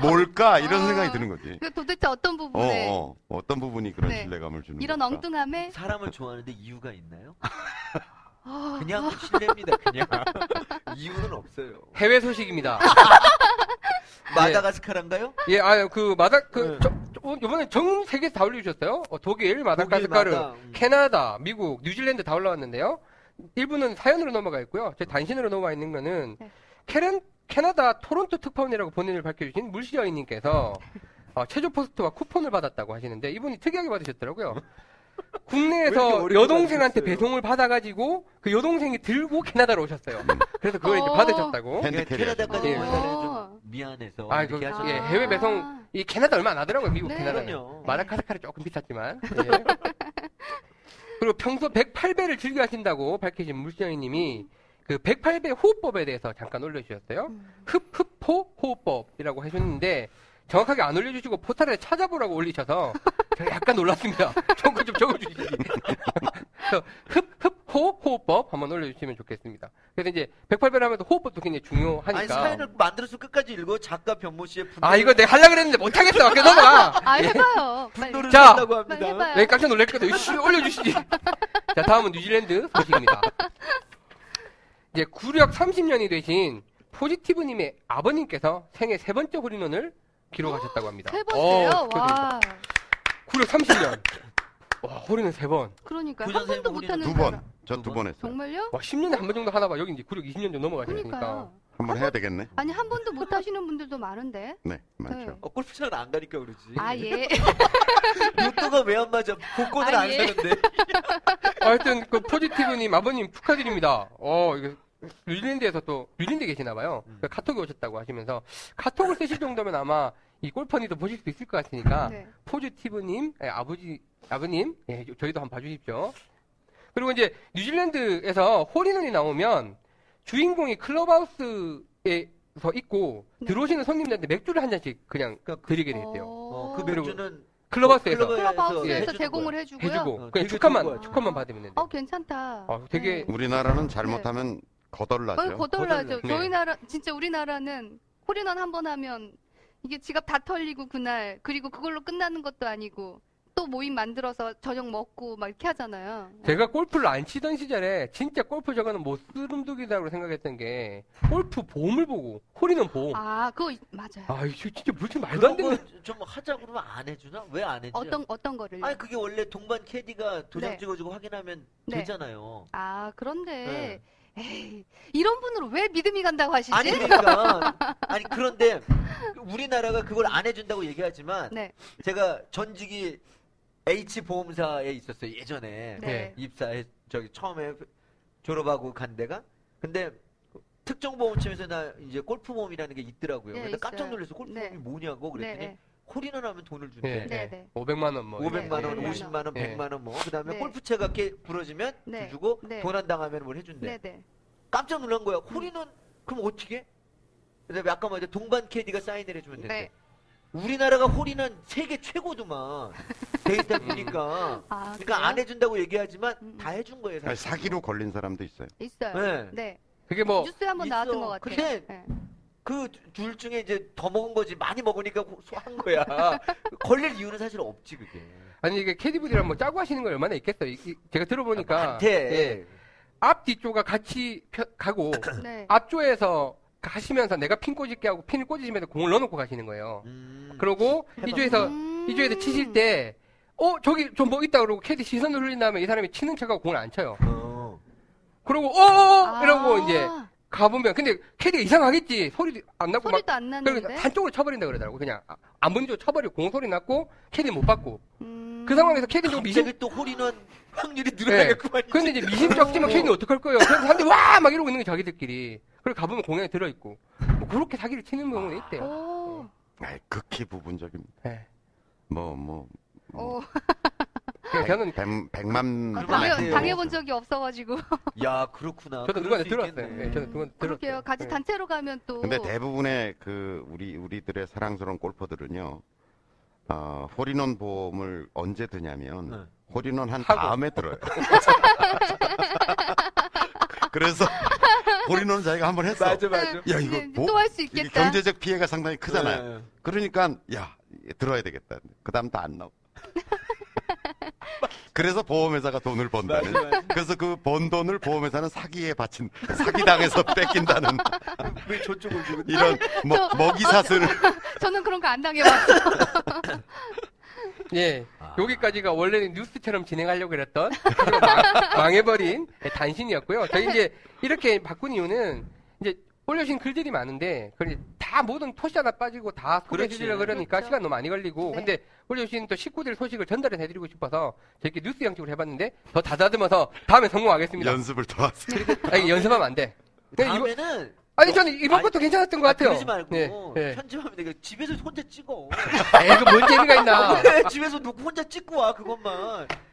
Speaker 2: 뭘까? 이런
Speaker 3: 아.
Speaker 2: 생각이 드는 거지.
Speaker 3: 그 도대체 어떤
Speaker 2: 어,
Speaker 3: 부분에
Speaker 2: 어. 그러니까. 어떤 부분이 그런
Speaker 3: 네.
Speaker 2: 신뢰감을 주는
Speaker 3: 이런
Speaker 2: 걸까?
Speaker 3: 엉뚱함에
Speaker 4: 사람을 좋아하는데 이유가 있나요?
Speaker 3: 아,
Speaker 4: 그냥 신뢰입니다. 그냥 이유는 없어요.
Speaker 1: 해외 소식입니다.
Speaker 2: 네.
Speaker 4: 마다가스카란가요?
Speaker 1: 예, 아유, 그, 마다, 그,
Speaker 4: 네.
Speaker 1: 저- 저 어, 이번에 전 세계에서 다 올려주셨어요. 어, 독일, 마다가스카르,
Speaker 4: 독일마다, 음.
Speaker 1: 캐나다, 미국, 뉴질랜드 다 올라왔는데요. 일부는 사연으로 넘어가 있고요.
Speaker 4: 음.
Speaker 1: 제 단신으로 넘어와 있는 거는
Speaker 3: 네.
Speaker 1: 캐런, 캐나다 토론토 특파원이라고 본인을 밝혀주신 물시 여인님께서 어, 체조 포스트와 쿠폰을 받았다고 하시는데 이분이 특이하게 받으셨더라고요.
Speaker 4: 왜 이렇게
Speaker 1: 국내에서
Speaker 4: 어렵게
Speaker 1: 여동생한테
Speaker 4: 받으셨어요?
Speaker 1: 배송을 받아가지고 그 여동생이 들고 캐나다로 오셨어요. 그래서 그걸 이제
Speaker 3: 어.
Speaker 1: 받으셨다고.
Speaker 2: 핸드 캐리어.
Speaker 4: 캐나다까지
Speaker 1: 예.
Speaker 4: 보내는
Speaker 3: 어.
Speaker 4: 좀 미안해서
Speaker 1: 아,
Speaker 4: 이렇게
Speaker 1: 그-
Speaker 4: 하셨
Speaker 1: 예, 해외 배송. 이 캐나다 얼마 안 하더라고요, 미국
Speaker 3: 네.
Speaker 1: 캐나다는.
Speaker 4: 그럼요.
Speaker 1: 마다카스카르 조금 비쌌지만. 예. 그리고 평소 108배를 즐겨 하신다고 밝히신 물시영이님이 그 108배 호흡법에 대해서 잠깐 올려주셨어요.
Speaker 3: 음.
Speaker 1: 흡, 흡포 호흡법이라고 해주셨는데 정확하게 안 올려주시고 포털에 찾아보라고 올리셔서 제가 약간 놀랐습니다. 조금 좀 적어주시지. 그래서 흡, 흡, 호, 호흡법 한번 올려주시면 좋겠습니다. 그래서 이제 108배를 하면서 호흡법도 굉장히 중요하니까.
Speaker 4: 아니 사연을 만들어서 끝까지 읽어 작가 변모 씨의 분노를
Speaker 1: 아, 이거 내가 하려고 그랬는데 못하겠어. 그래서 봐.
Speaker 3: 아, 해봐요. 빨리.
Speaker 4: 분노를
Speaker 1: 자.
Speaker 4: 한다고
Speaker 3: 빨리
Speaker 4: 합니다.
Speaker 3: 해봐요.
Speaker 1: 왜 네, 깜짝 놀랐거든. 씨, 올려주시지. 자, 다음은 뉴질랜드 소식입니다. 이제 구력 30년이 되신 포지티브님의 아버님께서 생애 세 번째 홀인원을 기록하셨다고 합니다.
Speaker 3: 세 번째요?
Speaker 1: 어, 축하드립니다.
Speaker 3: 와.
Speaker 1: 구력 30년. 와, 홀인원 세 번.
Speaker 3: 그러니까
Speaker 4: 구전
Speaker 3: 한 번도
Speaker 4: 선생님
Speaker 3: 못하는
Speaker 2: 두
Speaker 3: 사람.
Speaker 2: 번. 저 두 번 했어요.
Speaker 3: 정말요?
Speaker 1: 와, 10년에 한 번 정도 하나 봐. 여기 이제 구력 20년 전 넘어가셨으니까.
Speaker 3: 그러니까요.
Speaker 2: 한 번 해야 되겠네.
Speaker 3: 아니 한 번도 못 하시는 분들도 많은데.
Speaker 2: 네, 많죠.
Speaker 3: 네.
Speaker 4: 어, 골프장은 안 가니까 그러지.
Speaker 3: 아 예.
Speaker 4: 로또가 왜 안 맞아? 복권을
Speaker 3: 아,
Speaker 4: 안
Speaker 3: 예.
Speaker 4: 사는데.
Speaker 1: 하여튼 그 포지티브님 아버님 축하드립니다. 어, 이거 뉴질랜드에서 또 뉴질랜드 계시나 봐요.
Speaker 4: 음.
Speaker 1: 그 카톡이 오셨다고 하시면서 카톡을 쓰실 정도면 아마 이 골퍼니도 보실 수 있을 것 같으니까
Speaker 3: 네.
Speaker 1: 포지티브님, 예, 아버지, 아버님, 예, 요- 저희도 한번 봐주십시오. 그리고 이제 뉴질랜드에서 홀인원이 나오면 주인공이 클럽하우스에서 있고
Speaker 3: 네.
Speaker 1: 들어오시는 손님들한테 맥주를 한 잔씩 그냥
Speaker 4: 그러니까
Speaker 1: 드리게 돼있대요
Speaker 4: 어,
Speaker 3: 어,
Speaker 4: 그
Speaker 1: 그리고
Speaker 4: 맥주는
Speaker 1: 클럽하우스에서
Speaker 4: 클럽에-
Speaker 3: 클럽하우스에서
Speaker 4: 해주는
Speaker 3: 제공을 해주고요.
Speaker 1: 해주고
Speaker 4: 어,
Speaker 1: 그냥
Speaker 4: 되게
Speaker 1: 축하만
Speaker 4: 좋은
Speaker 3: 거야.
Speaker 1: 축하만 받으면 돼요.
Speaker 3: 어 괜찮다.
Speaker 1: 아, 되게
Speaker 3: 네.
Speaker 2: 우리나라는 잘못하면
Speaker 3: 어,
Speaker 2: 거덜나죠.
Speaker 3: 거덜나죠.
Speaker 1: 거덜나죠. 네.
Speaker 3: 저희 나라 진짜 우리나라는 홀인원 한 번 하면 이게 지갑 다 털리고 그날 그리고 그걸로 끝나는 것도 아니고 또 모임 만들어서 저녁 먹고 막 이렇게 하잖아요.
Speaker 1: 제가 골프를 안 치던 시절에 진짜 골프 저거는 못 쓰름두기다라고 생각했던 게 골프 보험을 보고 홀인원 보험. 아,
Speaker 3: 아 그거 이- 맞아요.
Speaker 1: 이거 진짜 무슨 말도 안
Speaker 4: 그런
Speaker 1: 되는.
Speaker 4: 거좀 하자 그러면 안 해주나? 왜 안 해지?
Speaker 3: 어떤 어떤 거를?
Speaker 4: 아니 그게 원래 동반 캐디가 도장
Speaker 3: 네.
Speaker 4: 찍어주고 확인하면
Speaker 3: 네.
Speaker 4: 되잖아요. 네.
Speaker 3: 아 그런데
Speaker 1: 네.
Speaker 3: 에이, 이런 분으로 왜 믿음이 간다고 하시지?
Speaker 4: 아니 그러니까 아니 그런데 우리나라가 그걸 안 해준다고 얘기하지만
Speaker 3: 네.
Speaker 4: 제가 전직이 H 보험사에 있었어요 예전에
Speaker 1: 네.
Speaker 3: 네.
Speaker 4: 입사해 저기 처음에 졸업하고 간 데가 근데 특정 보험팀에서 나 이제 골프 보험이라는 게 있더라고요.
Speaker 3: 네,
Speaker 4: 근데 깜짝
Speaker 3: 있어요.
Speaker 4: 놀라서 골프
Speaker 3: 네.
Speaker 4: 보험이 뭐냐고 그랬더니
Speaker 3: 네.
Speaker 4: 홀인원 하면 돈을
Speaker 1: 네,
Speaker 4: 준대.
Speaker 3: 네, 네.
Speaker 1: 500만 원 뭐.
Speaker 4: 오백만 원,
Speaker 1: 예.
Speaker 3: 네.
Speaker 4: 오십만 원,
Speaker 1: 네.
Speaker 4: 백만 원, 뭐 그다음에
Speaker 3: 네.
Speaker 4: 골프채가 깨 부러지면
Speaker 3: 네.
Speaker 4: 주고
Speaker 3: 네.
Speaker 4: 도난 당하면 뭘 해준대.
Speaker 3: 네, 네.
Speaker 4: 깜짝 놀란 거야. 홀인원 그럼 어떻게? 그다음에 아까 말했 동반 캐디가 사인을 해주면 된대.
Speaker 3: 네.
Speaker 4: 우리나라가 홀인원 세계 최고도만 데이터
Speaker 1: 음.
Speaker 4: 보니까.
Speaker 3: 아,
Speaker 4: 그러니까
Speaker 3: 그래요?
Speaker 4: 안 해준다고 얘기하지만
Speaker 3: 음.
Speaker 4: 다 해준 거예요.
Speaker 2: 아니,
Speaker 4: 사실.
Speaker 2: 사기로 걸린 사람도 있어요.
Speaker 3: 있어요.
Speaker 4: 네.
Speaker 3: 네.
Speaker 1: 그게 뭐
Speaker 3: 뉴스에 한번
Speaker 4: 있어.
Speaker 3: 나왔던 것 같아요.
Speaker 4: 근데
Speaker 3: 네.
Speaker 4: 그 둘 중에 이제 더 먹은 거지 많이 먹으니까 소한 거야. 걸릴 이유는 사실 없지 그게.
Speaker 1: 아니 이게 캐디분이랑 뭐 짜고 하시는 거 얼마나 있겠어요. 이- 이- 제가
Speaker 3: 아,
Speaker 1: 들어보니까 예.
Speaker 4: 한테
Speaker 1: 앞 뒤조가 같이 펴- 가고 아,
Speaker 3: 네.
Speaker 1: 앞조에서 가시면서 내가 핀 꽂을게 하고 핀을 꽂으시면서 공을 넣어놓고 가시는 거예요.
Speaker 4: 음.
Speaker 1: 그러고
Speaker 4: 해봐.
Speaker 1: 이조에서
Speaker 3: 음.
Speaker 1: 이조에서 치실 때. 어, 저기 좀 뭐 있다 그러고 캐디 시선을 흘린 다음에 이 사람이 치는 척하고 공을 안 쳐요.
Speaker 4: 어.
Speaker 1: 그러고 어어어
Speaker 3: 아,
Speaker 1: 이러고 이제 가보면 근데 캐디가 이상하겠지 소리도 안 나고 막
Speaker 3: 소리도 안
Speaker 1: 그러니까
Speaker 3: 나는데.
Speaker 1: 한쪽으로 쳐버린다 그러더라고 그냥 아, 안 먼저 쳐버리고 공 소리 났고 캐디 못 받고
Speaker 3: 음.
Speaker 1: 그 상황에서 캐디 좀 미심
Speaker 4: 갑자기 또 홀인원 확률이
Speaker 1: 네.
Speaker 4: 늘어나겠구만. 이제.
Speaker 1: 근데 이제 미심쩍지만 캐디는 어떡할 거예요 그래서 사람들이 와 막 이러고 있는 거 자기들끼리 그리고 가보면 공연에 들어있고 뭐 그렇게 사기를 치는 경우는 있대요 음.
Speaker 3: 오.
Speaker 2: 아이, 극히 부분적입니다.
Speaker 1: 네.
Speaker 2: 뭐, 뭐.
Speaker 3: 오.
Speaker 1: 그래서 저는
Speaker 2: 백, 백만.
Speaker 3: 아,
Speaker 4: 그러면 안
Speaker 3: 어. 당해,
Speaker 4: 돼요.
Speaker 3: 당해본 적이 없어가지고.
Speaker 4: 야 그렇구나.
Speaker 1: 저도
Speaker 4: 그럴
Speaker 1: 누구한테
Speaker 4: 수
Speaker 1: 들어왔어요
Speaker 4: 있겠네.
Speaker 1: 네, 저도 누구한테
Speaker 3: 그렇게요.
Speaker 1: 들었어요
Speaker 3: 같이
Speaker 1: 네.
Speaker 3: 단체로 가면 또.
Speaker 2: 근데 대부분의 그 우리 우리들의 사랑스러운 골퍼들은요. 어, 홀인원 보험을 언제 드냐면
Speaker 4: 네.
Speaker 2: 홀인원 한
Speaker 1: 하고.
Speaker 2: 다음에 들어요. 그래서 홀인원 자기가 한번 했어.
Speaker 4: 맞아 맞아.
Speaker 2: 야 이거 뭐
Speaker 3: 네. 또할 수
Speaker 2: 이게
Speaker 3: 있겠다.
Speaker 2: 경제적 피해가 상당히 크잖아요.
Speaker 4: 네.
Speaker 2: 그러니까 야 들어야 되겠다. 그다음 또 안 나오. 그래서 보험회사가 돈을 번다는.
Speaker 4: 맞아, 맞아.
Speaker 2: 그래서 그 번 돈을 보험회사는 사기에 바친 사기당해서 뺏긴다는
Speaker 4: 왜 저쪽을 주고?
Speaker 2: 이런 먹,
Speaker 3: 저-
Speaker 2: 먹이 사슬을
Speaker 3: 저는 그런 거 안 당해봤어.
Speaker 1: 예.
Speaker 4: 아.
Speaker 1: 여기까지가 원래는 뉴스처럼 진행하려고 그랬던 그대로 망- 망해버린 예, 단신이었고요. 저희 이제 이렇게 바꾼 이유는 이제 올려주신 글들이 많은데 그걸 이제 다 모든 토시 하나 빠지고 다 소개해드리려고
Speaker 4: 그렇지.
Speaker 1: 그러니까
Speaker 3: 그렇죠.
Speaker 1: 시간 너무 많이 걸리고
Speaker 3: 네.
Speaker 1: 근데 올려주신 또 식구들 소식을 전달해드리고 싶어서 저렇게 뉴스 양식으로 해봤는데 더 다다듬어서 다음에 성공하겠습니다.
Speaker 2: 연습을 더 하세요.
Speaker 1: 아니, 연습하면 안 돼. 네, 이거-
Speaker 4: 다음에는
Speaker 1: 아니 저는 이번
Speaker 4: 아니,
Speaker 1: 것도 괜찮았던 것
Speaker 4: 아,
Speaker 1: 같아요.
Speaker 4: 그러지 말고
Speaker 1: 네, 네.
Speaker 4: 편집하면 되게 집에서 혼자 찍어.
Speaker 1: 에이, 그뭔 재미가 있나.
Speaker 4: 그래, 집에서 누구 혼자 찍고 와 그것만.